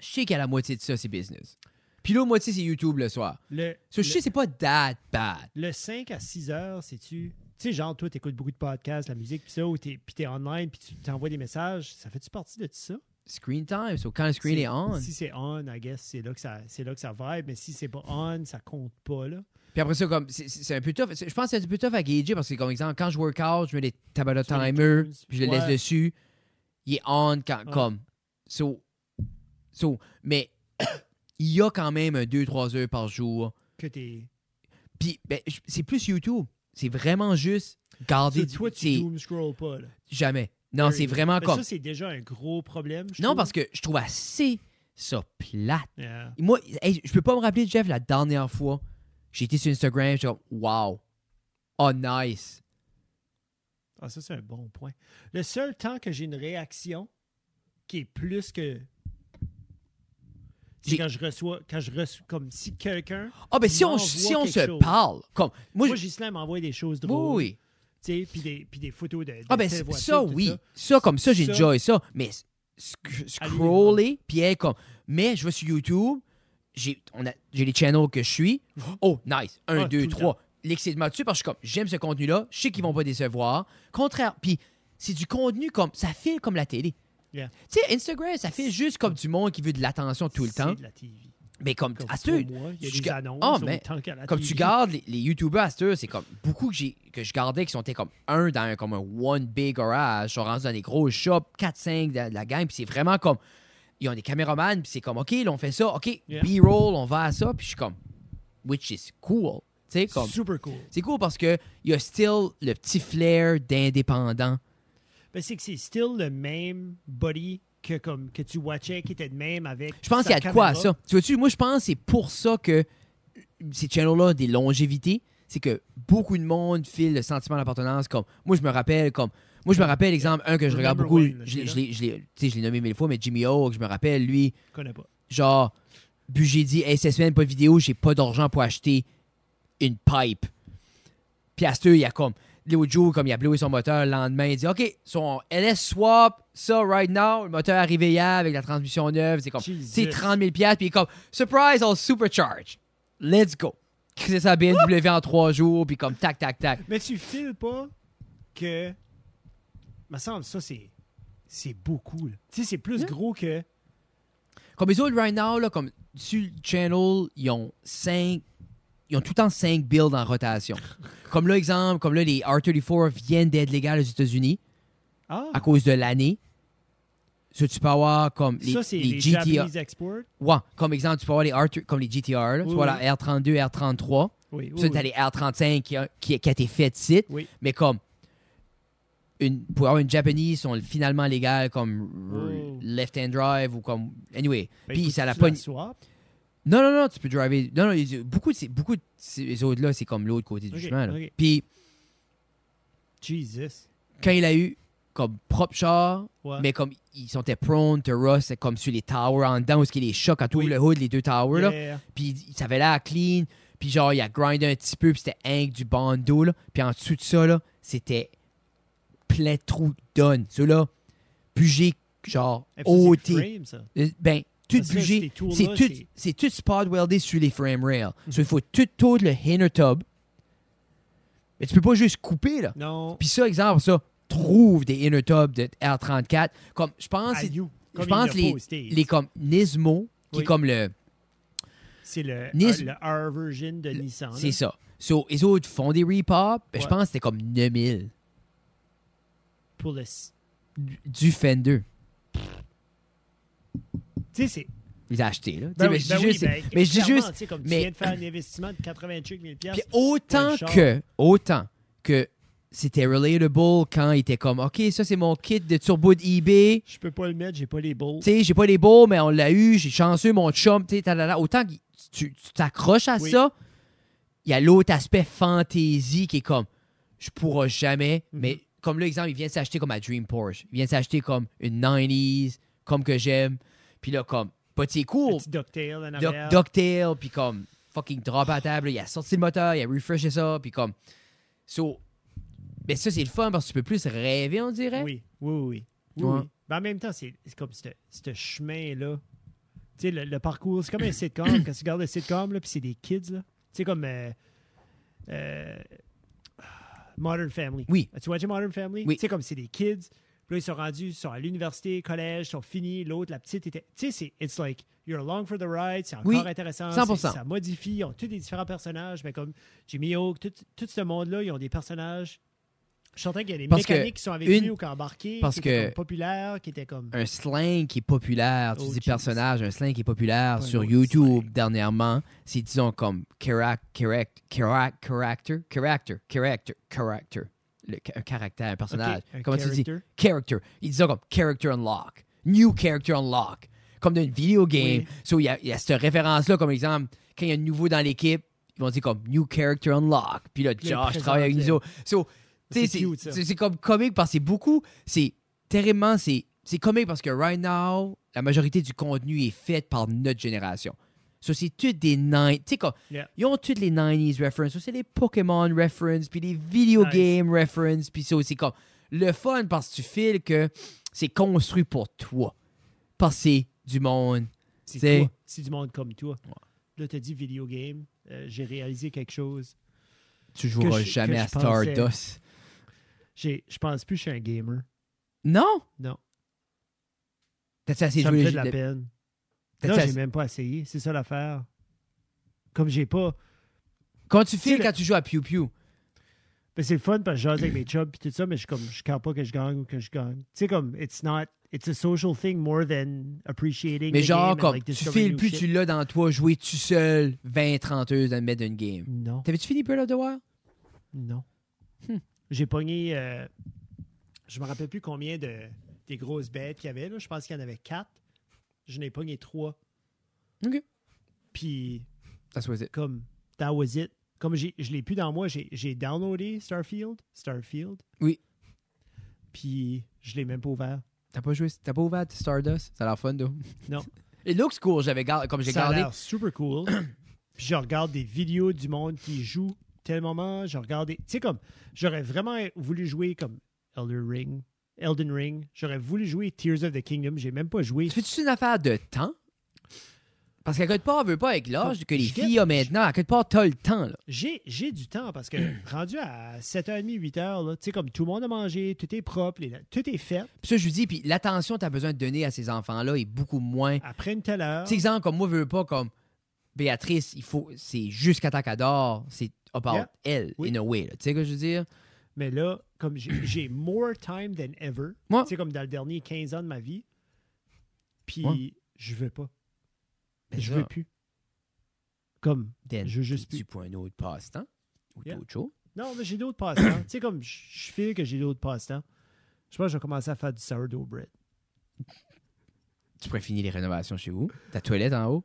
S1: Je sais qu'à la moitié de ça, c'est business. Puis l'autre moitié, c'est YouTube le soir.
S2: Le,
S1: So, je
S2: le-
S1: sais, c'est pas that bad.
S2: le 5 à 6 heures, c'est-tu. Tu sais, genre, toi, t'écoutes beaucoup de podcasts, la musique, puis ça, ou t'es, puis t'es online, puis tu t'envoies des messages. Ça fait-tu partie de ça?
S1: Screen time, so quand le screen
S2: C'est-
S1: est on.
S2: Si c'est on, I guess, c'est là que ça, c'est là que ça vibe, mais si c'est pas on, ça compte pas, là.
S1: Puis après ça, comme, c'est- c'est c'est un peu tough. C'est- Je pense que c'est un peu tough à gager parce que, comme exemple, quand je work out, je mets des Tabata
S2: Tu mets les
S1: timer,
S2: tunes.
S1: puis je le
S2: Ouais.
S1: laisse dessus. Il est on quand,
S2: Ouais.
S1: comme. So. So. Mais (coughs) il y a quand même 2-3 heures par jour.
S2: Que t'es.
S1: Puis, ben, j- c'est plus YouTube. C'est vraiment juste garder
S2: Sur
S1: du...
S2: toi, tu
S1: c'est-
S2: doom scroll pas, là.
S1: Jamais. Non, c'est vraiment
S2: Mais
S1: comme...
S2: Ça, c'est déjà un gros problème. je
S1: Non,
S2: trouve. Euh,
S1: parce que je trouve assez ça plate.
S2: Yeah.
S1: Moi, hey, je peux pas me rappeler, Jeff, la dernière fois, j'ai été sur Instagram, j'étais comme, wow, oh nice.
S2: Ah, ça, c'est un bon point. Le seul temps que j'ai une réaction qui est plus que. C'est
S1: J'ai-
S2: quand je reçois, quand je reçois, comme si quelqu'un.
S1: Ah, ben si on,
S2: M'envoie
S1: si on
S2: quelque
S1: se
S2: chose.
S1: parle, comme, moi,
S2: Moi,
S1: je-
S2: Gislain m'envoie des choses
S1: oui,
S2: drôles.
S1: oui.
S2: Tu sais, puis des, puis des photos de. de
S1: Ah, ben
S2: telle
S1: ça,
S2: voiture,
S1: ça,
S2: tout
S1: oui.
S2: ça.
S1: Ça, comme ça, j'ai
S2: Ça-
S1: enjoy ça. Mais sc- scroller, puis être comme, mais je vais sur YouTube, j'ai on a- j'ai les channels que je suis. Oh, nice,
S2: Ah,
S1: un,
S2: tout
S1: deux,
S2: le
S1: trois. L'excitement dessus, parce que je suis comme, j'aime ce contenu-là, je sais qu'ils vont pas décevoir. Contraire, puis c'est du contenu comme, ça file comme la télé.
S2: Yeah.
S1: Tu sais, Instagram, ça fait juste comme du monde qui veut de l'attention tout le
S2: C'est
S1: temps.
S2: de la TV.
S1: Mais comme,
S2: Comme
S1: à
S2: pour
S1: ce-
S2: moi, il y a
S1: tu
S2: des
S1: ga-
S2: annonces
S1: Ah, mais
S2: autant qu'à la
S1: comme
S2: TV.
S1: tu gardes les, les YouTubers à cette heure, c'est comme beaucoup que, j'ai, que je gardais qui sont comme un dans un, comme un one big garage, sont rendus dans des gros shops, 4-5 de, de la gang, puis c'est vraiment comme. Ils ont des caméramans, puis c'est comme, OK, là, on fait ça, OK,
S2: Yeah.
S1: B-roll, on va à ça, puis je suis comme, which is cool. Tu sais, comme.
S2: Super cool.
S1: C'est cool parce que il y a still le petit flair d'indépendant.
S2: Ben, c'est que c'est still le même body que, comme, que tu watchais, qui était de même avec.
S1: Je pense
S2: sa
S1: qu'il y a de quoi à
S2: caméra.
S1: ça. Tu vois-tu, moi, je pense que c'est pour ça que ces channels-là ont des longévités. C'est que beaucoup de monde file le sentiment d'appartenance. Comme moi, je me rappelle, comme moi, je me rappelle, exemple, un que je regarde
S2: Remember
S1: beaucoup,
S2: Wayne,
S1: je l'ai-
S2: là.
S1: je l'ai- je l'ai- tu sais, je l'ai nommé mille fois, mais Jimmy Hawk, je me rappelle, lui,
S2: Je connais pas.
S1: genre, Bugé dit, hey, cette semaine, pas de vidéo, j'ai pas d'argent pour acheter une pipe. Puis à cette heure, il y a comme, Léo Joe, comme il a blowé son moteur le lendemain, il dit, OK, son LS swap, ça, right now, le moteur arrivé hier avec la transmission neuve, c'est comme,
S2: Jesus.
S1: c'est 30 000 piastres, puis il est comme, surprise, on supercharge. Let's go. C'est sa BMW en trois jours, puis comme, tac, tac, tac.
S2: Mais tu files pas que. Me semble, ça, c'est. C'est beaucoup, là. Tu sais, c'est plus
S1: Yeah.
S2: gros que.
S1: Comme les autres right now, là, comme sur le channel, ils ont 5. Ils ont tout le temps 5 builds en rotation. comme là, exemple, comme là, les R34 viennent d'être légales aux États-Unis
S2: Ah!
S1: à cause de l'année. Ça, tu peux avoir comme les,
S2: ça, c'est
S1: les
S2: les,
S1: GTR.
S2: Japanese Export.
S1: Ouais, comme exemple, tu peux avoir les, R2 comme les GTR. là.
S2: Oui,
S1: tu vois la R32, R33.
S2: Oui,
S1: Puis
S2: oui.
S1: ça,
S2: oui.
S1: t'as les R35 qui a, qui, qui a été fait de site.
S2: Oui.
S1: Mais comme, une, pour avoir une Japanese, sont finalement légales comme
S2: Oh.
S1: left-hand drive ou comme. Anyway.
S2: Ben,
S1: Puis
S2: écoute,
S1: ça l'a
S2: tu
S1: pas.
S2: la swap.
S1: Non, non, non, tu peux driver. Non, non, ils- beaucoup de ces, beaucoup de ces autres-là, c'est comme l'autre côté du
S2: Ok,
S1: chemin. là.
S2: ok.
S1: Puis
S2: Jesus.
S1: quand il a eu comme propre char,
S2: Ouais.
S1: mais comme ils sont prone to rust, c'est comme sur les towers en dedans, où est-ce qu'il les chocs quand tu ouvres
S2: Oui.
S1: le hood, les deux towers, là.
S2: Yeah.
S1: Puis il- ça avait l'air clean. Puis genre, il a grindé un petit peu, puis c'était Hank du bandeau, là. Puis en dessous de ça, là, c'était plein de trous d'onne. Ceux-là, bugé, genre,
S2: Eh, ça, c'est
S1: ôté.
S2: frame, ça.
S1: Euh, Ben, tout
S2: Parce que ces
S1: bugé.
S2: tours-là,
S1: C'est tout,
S2: c'est- Mhm.
S1: c'est tout spot weldé sur les frame rails. So, il faut tout tourner le inner tub. Mais tu peux pas juste couper, là.
S2: Non.
S1: Puis ça, exemple, ça, trouve des inner tubs de R34. Comme, je pense,
S2: à
S1: c'est-
S2: you.
S1: je
S2: Comme
S1: pense
S2: il l'a
S1: les,
S2: posté.
S1: les comme Nismo, qui
S2: Oui.
S1: est comme le.
S2: C'est le,
S1: Nice-
S2: le R version de Nissan.
S1: C'est
S2: là.
S1: ça. So, les autres font des repop. ben, Je
S2: Ouais.
S1: pense que c'était comme 9000
S2: Pour le. Tu
S1: du- du Fender.
S2: sais, c'est.
S1: Ils ont acheté, là. Tu sais,
S2: Ben
S1: mais
S2: oui,
S1: je dis
S2: ben oui,
S1: juste.
S2: ben,
S1: mais je dis
S2: clairement,
S1: juste-
S2: tu sais, Comme
S1: mais-
S2: tu viens de faire un investissement de 85 000
S1: Puis
S2: piastres.
S1: autant
S2: un char.
S1: que, autant que c'était relatable quand il était comme, OK, ça c'est mon kit de turbo de eBay.
S2: Je peux pas le mettre, j'ai pas les balls.
S1: Tu sais, j'ai pas les beaux, mais on l'a eu, j'ai chanceux, mon chum, tu sais, tadada. Autant que tu tu t'accroches à
S2: Oui.
S1: ça, il y a l'autre aspect fantaisie qui est comme, je pourrai jamais,
S2: Mhm.
S1: mais comme là, exemple, il vient de s'acheter comme à Dream Porsche. Il vient de s'acheter comme une 90s, comme que j'aime. Puis là, comme, pas de ses
S2: Un
S1: cours,
S2: petit ducktail en
S1: Doc-
S2: arrière.
S1: Ducktail, puis comme fucking drop à table. là, Il a sorti le moteur, il a refreshé ça, puis comme. So. Mais ça, c'est le fun parce que tu peux plus rêver, on dirait.
S2: Oui, oui, oui. oui. Oui,
S1: Ouais.
S2: oui. Ben, en même temps, c'est c'est comme ce- ce chemin-là. Tu sais, le, le parcours, c'est comme
S1: (coughs)
S2: un sitcom. Quand tu regardes le sitcom, là, puis c'est des kids, là. Tu sais, comme euh, euh, Modern Family.
S1: Oui.
S2: As-tu watché Modern Family?
S1: Oui.
S2: Tu sais, comme c'est des kids. Puis là, ils sont rendus, ils sont à l'université, collège, ils sont finis. L'autre, la petite, était... Tu sais, c'est... It's like, you're along for the ride. C'est encore
S1: Oui,
S2: intéressant.
S1: 100%.
S2: c'est- Ça modifie. Ils ont tous des différents personnages. Mais comme Jimmy Hawk, tout, tout ce monde-là, ils ont des personnages Je suis certain qu'il y a des
S1: Parce que
S2: mécaniques qui sont avec
S1: une-
S2: lui ou qui ont embarqué,
S1: parce
S2: qui étaient
S1: que-
S2: comme populaires, qui étaient comme.
S1: un slang qui est populaire, tu
S2: Oh,
S1: dis
S2: Jesus.
S1: personnage, un slang qui est populaire
S2: Pas un
S1: sur
S2: autre
S1: YouTube
S2: slang.
S1: dernièrement, c'est disons comme charac, correct, charac, character, character, character, character, Le ca- un caractère, un personnage.
S2: Ok, un
S1: Comment tu dis
S2: character.
S1: character? Ils disent comme character unlock, new character unlock, comme dans une vidéo game.
S2: Oui.
S1: So, il y, a- il y a cette référence là comme exemple quand il y a un nouveau dans l'équipe, ils vont dire comme new character unlock. Puis là,
S2: là, ils
S1: Josh travaille avec nous
S2: présentent le-
S1: autres. So, tu sais,
S2: C'est
S1: c'est-
S2: cute, ça.
S1: c'est- c'est comme comique parce que c'est beaucoup, c'est terriblement, c'est c'est comique parce que right now, la majorité du contenu est fait par notre génération. Ça, c'est toutes des 90s. Tu sais, comme,
S2: Yeah.
S1: ils ont toutes les 90s references. Ça, c'est les Pokémon references, puis les video
S2: Nice.
S1: game references. Puis ça, c'est comme le fun parce que tu files que c'est construit pour toi. Parce que c'est du monde.
S2: C'est
S1: C'est-
S2: toi. C'est du monde comme toi. Là, t'as dit video game. euh, J'ai réalisé quelque chose.
S1: Tu joueras
S2: je- que
S1: jamais
S2: je
S1: à
S2: pensais.
S1: Stardust.
S2: J'ai- Je pense plus que je suis un gamer.
S1: Non!
S2: Non.
S1: T'as-tu assez
S2: ça
S1: joué
S2: me
S1: les
S2: fait de
S1: jeux de-
S2: la peine.
S1: t'as-tu
S2: Là, j'ai
S1: assez-
S2: même pas essayé. C'est ça l'affaire. Comme j'ai pas.
S1: Quand tu files,
S2: le-
S1: quand tu joues à Pew Pew,
S2: Ben, c'est le fun parce que je jase avec mes chums puis tout ça, mais je suis comme je care pas que je gagne ou que je gagne. Tu sais comme it's not it's a social thing more than appreciating.
S1: Mais
S2: the
S1: genre,
S2: game and,
S1: comme,
S2: like,
S1: tu
S2: discovering
S1: files
S2: new
S1: plus,
S2: shit.
S1: tu l'as dans toi, jouer tout seul 20-30 heures dans le milieu d'une game.
S2: Non,
S1: T'avais-tu fini Bird of the Wild?
S2: non.
S1: Hmm.
S2: J'ai pogné euh, je me rappelle plus combien de des grosses bêtes qu'il y avait là. Je pense qu'il y en avait quatre. Je n'ai pogné trois.
S1: OK.
S2: Puis
S1: That's was it.
S2: comme that was it. Comme j'ai- je l'ai plus dans moi, j'ai j'ai downloadé Starfield. Starfield.
S1: Oui.
S2: Puis je l'ai même pas ouvert.
S1: T'as pas joué, t'as pas ouvert Stardust? Ça a l'air fun, though.
S2: (laughs) Non.
S1: It looks cool, j'avais gar- comme j'ai
S2: Ça a
S1: gardé.
S2: l'air super cool. (clears throat) Puis je regarde des vidéos du monde qui joue tel moment. Je regarde des... Tu sais, comme, j'aurais vraiment voulu jouer comme Elder Ring, Elden Ring. J'aurais voulu jouer Tears of the Kingdom. J'ai même pas joué.
S1: Tu fais-tu une affaire de temps? Parce qu'à quelque part, on veut pas avec l'âge que les
S2: Je get-
S1: filles ont maintenant. À quelque part, t'as le temps, là.
S2: J'ai, j'ai du temps parce que rendu à 7h30, 8h, là, tu sais, comme tout le monde a mangé, tout est propre, les- tout est fait.
S1: Puis ça, je lui dis, puis l'attention que t'as besoin de donner à ces enfants-là est beaucoup moins.
S2: Après une telle heure.
S1: C'est exemple, comme moi, je veux pas, comme Béatrice, il faut, c'est jusqu'à temps qu'elle dort, c'est about
S2: Yeah.
S1: elle,
S2: Oui.
S1: in a way, là. Tu sais ce que je veux dire?
S2: Mais là, comme j'ai j'ai more time than ever,
S1: Ouais.
S2: tu sais, comme dans les derniers 15 ans de ma vie, puis
S1: Ouais.
S2: je veux pas.
S1: Mais
S2: je
S1: ça-
S2: veux plus. Comme,
S1: Then,
S2: je veux juste
S1: tu
S2: plus.
S1: pour un autre passe-temps ou
S2: Yeah.
S1: d'autres choses.
S2: Non, mais j'ai d'autres passe-temps. tu sais, comme, je- je file que j'ai d'autres passe-temps. Je pense que je vais commencer à faire du sourdough bread.
S1: Tu pourrais finir les rénovations chez vous. Ta toilette en haut.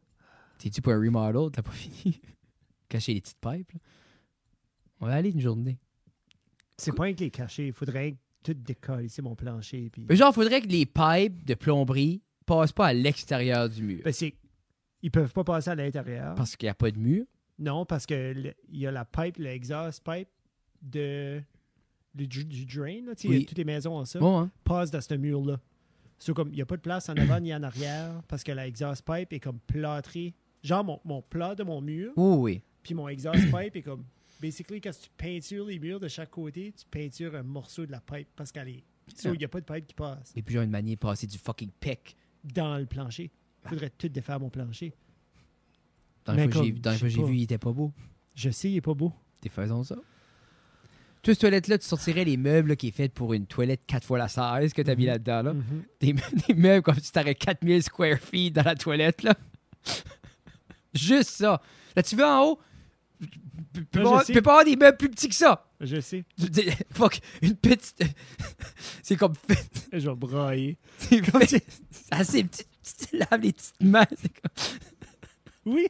S1: T'es-tu pour un remodel? T'as pas (laughs) fini. Cacher les petites pipes. là. On va aller une journée.
S2: C'est pas rien que les cacher. Il faudrait que tout décolle ici, mon plancher. Puis...
S1: Mais genre, faudrait que les pipes de plomberie passent pas à l'extérieur du mur.
S2: Ben, c'est- Ils peuvent pas passer à l'intérieur.
S1: Parce qu'il n'y a pas de mur.
S2: Non, parce que le- il y a la pipe, l'exhaust pipe de, du, du- du drain. Là, tu sais,
S1: Oui.
S2: Toutes les maisons ont ça.
S1: Bon, hein?
S2: passe dans ce mur-là. So, comme il n'y a pas de place en avant ni en arrière parce que la exhaust pipe est comme plâtrée. Genre, mon, mon plat de mon mur,
S1: Oui, oui.
S2: puis mon exhaust (coughs) pipe est comme. Basically, quand tu peintures les murs de chaque côté, tu peintures un morceau de la pipe parce qu'elle est. so, il n'y a pas de pipe qui passe
S1: Et puis, genre, une manière de passer du fucking pec.
S2: dans le plancher. Il faudrait tout défaire mon plancher.
S1: Dans
S2: Mais
S1: les fois que j'ai-
S2: comme,
S1: dans les
S2: je
S1: fois que
S2: sais
S1: j'ai
S2: pas.
S1: vu, il était pas beau.
S2: Je sais, il n'est pas beau.
S1: T'es faisons ça. Toi, cette toilette-là, tu sortirais les meubles là, qui est faite pour une toilette 4 fois la size que t'as mis
S2: Mhm.
S1: là-dedans. Là.
S2: Mhm.
S1: des, des meubles (laughs) comme si t'aurais 4000 square feet dans la toilette, là. (laughs) Juste ça. Là, tu veux en haut? Tu peux, pas
S2: Là, je
S1: avoir-
S2: sais.
S1: tu peux pas avoir des meubles plus petits que ça.
S2: Je sais.
S1: Je veux dire, (laughs) Fuck, une petite. (laughs) C'est comme.
S2: Je vais brailler.
S1: (laughs) C'est assez petit. Tu te laves les petites mains. C'est comme
S2: Oui!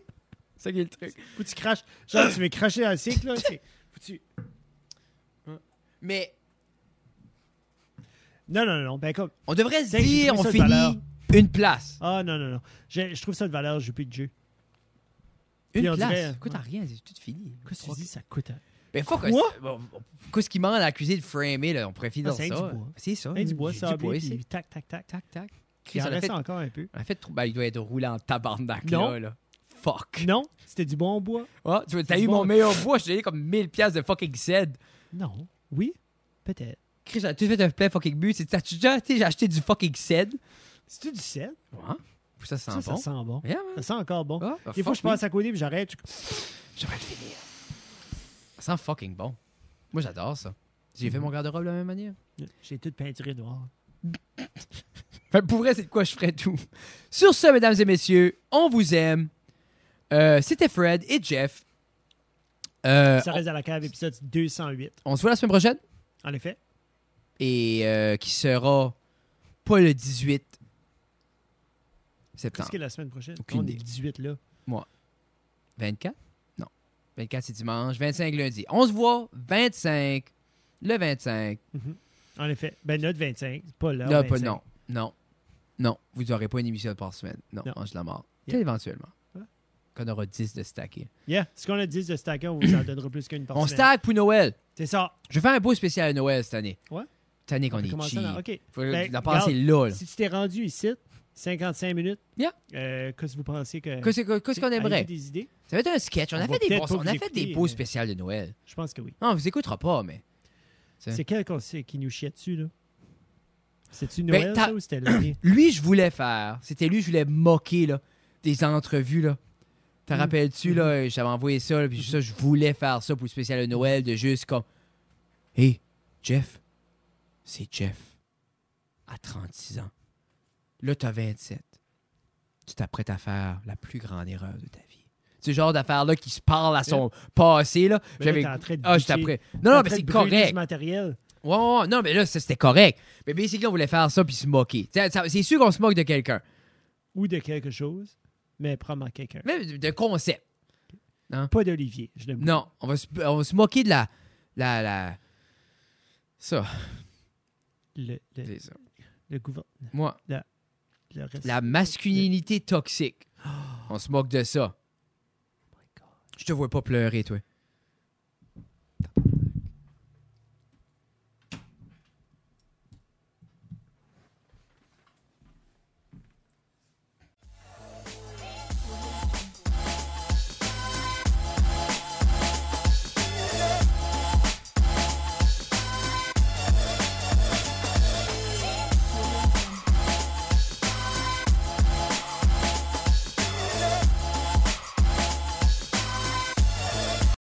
S1: ça qui est le truc.
S2: Faut que tu craches. Genre, tu veux cracher dans le cycle, là. c'est- Faut que tu-
S1: Mais
S2: Non, non, non. Ben, comme.
S1: on devrait se
S2: Tiens, j'ai
S1: dire,
S2: trouvé
S1: on
S2: ça tout à l'heure.
S1: finit une place.
S2: Ah, non, non, non. Je, je trouve ça de valeur, je plus de jeu.
S1: Une
S2: Puis on
S1: place.
S2: dirait-
S1: Écoute, à rien, c'est tout fini. Ben,
S2: Qu'est-ce que tu dis, ça coûte un-
S1: Mais fuck,
S2: Quoi?
S1: c'est- bon, qu'est-ce qui manque à l'accusé de framer, là? On pourrait finir
S2: Ah, c'est
S1: ça.
S2: avec du bois.
S1: C'est ça.
S2: Hey, Hein, du bois,
S1: du
S2: ça
S1: bois,
S2: puis
S1: ici.
S2: tac, tac, tac.
S1: Tac, tac.
S2: Il
S1: Chris,
S2: en
S1: on a
S2: reste
S1: fait-
S2: encore un peu.
S1: En fait, ben, il doit être roulé en tabarnak,
S2: Non.
S1: là, là. Fuck.
S2: Non, c'était du bon bois.
S1: Ah, tu vois, t'as
S2: C'est
S1: eu
S2: bon.
S1: mon meilleur bois, je t'ai donné comme 1000 pièces de fucking ced.
S2: Non. Oui, peut-être.
S1: Chris, j'ai tout fait un plein fucking but. C'est tu déjà, tu sais, j'ai acheté du fucking ced.
S2: C'est-tu du sel?
S1: Ouais. Puis ça sent
S2: Ça, ça
S1: bon.
S2: sent bon.
S1: Yeah, man.
S2: Ça sent encore bon.
S1: Ah, bah,
S2: Des fois,
S1: fuck,
S2: je passe à côté puis j'arrête.
S1: oui. J'aurais le finir. Ça sent fucking bon. Moi, j'adore ça.
S2: Mm-hmm.
S1: J'ai fait mon garde-robe de la même manière.
S2: J'ai tout peinturé noir.
S1: Fait que pour vrai, c'est de quoi je ferais tout. Sur ce, mesdames et messieurs, on vous aime. Euh, C'était Fred et Jeff. Euh,
S2: Ça reste à la cave, épisode 208.
S1: on, on se voit la semaine prochaine
S2: En effet,
S1: et euh, qui sera pas le 18 septembre.
S2: qu'est-ce que la semaine prochaine?
S1: Aucune
S2: on est
S1: idée.
S2: le 18 là.
S1: 24? Non. 24, c'est dimanche. 25, lundi. On se voit 25. Le 25.
S2: En effet. Ben, notre 25, c'est pas là.
S1: Là, pas- non. Non. Non. Vous n'aurez pas une émission par semaine. Non.
S2: Non.
S1: Ange de la mort.
S2: Yeah.
S1: Peut-être éventuellement.
S2: Ouais.
S1: Qu'on aura 10 de stacker.
S2: Yeah. Ce qu'on a 10 de stacker, on vous en donnera plus qu'une par
S1: On
S2: semaine.
S1: stack pour Noël.
S2: C'est ça.
S1: Je vais faire un beau spécial à Noël cette année.
S2: Ouais.
S1: Cette année qu'on
S2: On peut
S1: est
S2: commencer
S1: cheap.
S2: dans- OK.
S1: Faut
S2: Ben,
S1: la passer
S2: regarde,
S1: là. là.
S2: Si tu t'es rendu ici, 55 minutes,
S1: Yeah.
S2: euh, qu'est-ce que vous pensez que.
S1: Qu'est-ce que- qu'est-ce qu'on
S2: Avez-vous
S1: aimerait?
S2: des idées?
S1: Ça va être un sketch. On,
S2: On
S1: a
S2: va
S1: fait, des
S2: peut-être
S1: beaux,
S2: pas
S1: on
S2: vous
S1: a fait des
S2: écouter,
S1: beaux
S2: mais-
S1: spéciales de Noël.
S2: Je pense que oui.
S1: Non, on vous écoutera pas, mais. Hein?
S2: C'est quel qu'on sait qui nous chiait dessus, là? C'est-tu
S1: Ben,
S2: Noël,
S1: t'as-
S2: ça, ou c'était l'année?
S1: Lui, je voulais faire. C'était lui, je voulais moquer là, des entrevues. là. T'en
S2: Mhm.
S1: rappelles-tu, là, euh, j'avais envoyé ça, là, puis ça, je voulais faire ça pour le spécial de Noël, de juste comme Hey, Jeff, c'est Jeff à 36 ans. Là, t'as 27. Tu t'apprêtes à faire la plus grande erreur de ta vie. C'est le genre d'affaire-là qui se parle à son passé. Là.
S2: Mais là,
S1: J'avais...
S2: t'es en train de
S1: ah, je
S2: boucher.
S1: t'apprête.
S2: T'es
S1: Non, non,
S2: en
S1: mais
S2: train de
S1: c'est
S2: brûler
S1: correct.
S2: du matériel.
S1: Ouais, ouais, ouais. non, mais là, ça, c'était correct. Mais basically, on voulait faire ça puis se moquer. T'sais, ça- C'est sûr qu'on se moque de quelqu'un,
S2: ou de quelque chose, mais probablement quelqu'un.
S1: mais de de concept.
S2: Pas d'Olivier, je l'aime.
S1: Non, on va se, on va se moquer de la. la, la... Ça,
S2: Le, le,
S1: c'est ça.
S2: le gouvernement,
S1: Moi,
S2: le reste.
S1: la masculinité toxique. On se moque de ça.
S2: Oh my God.
S1: Je te vois pas pleurer, toi.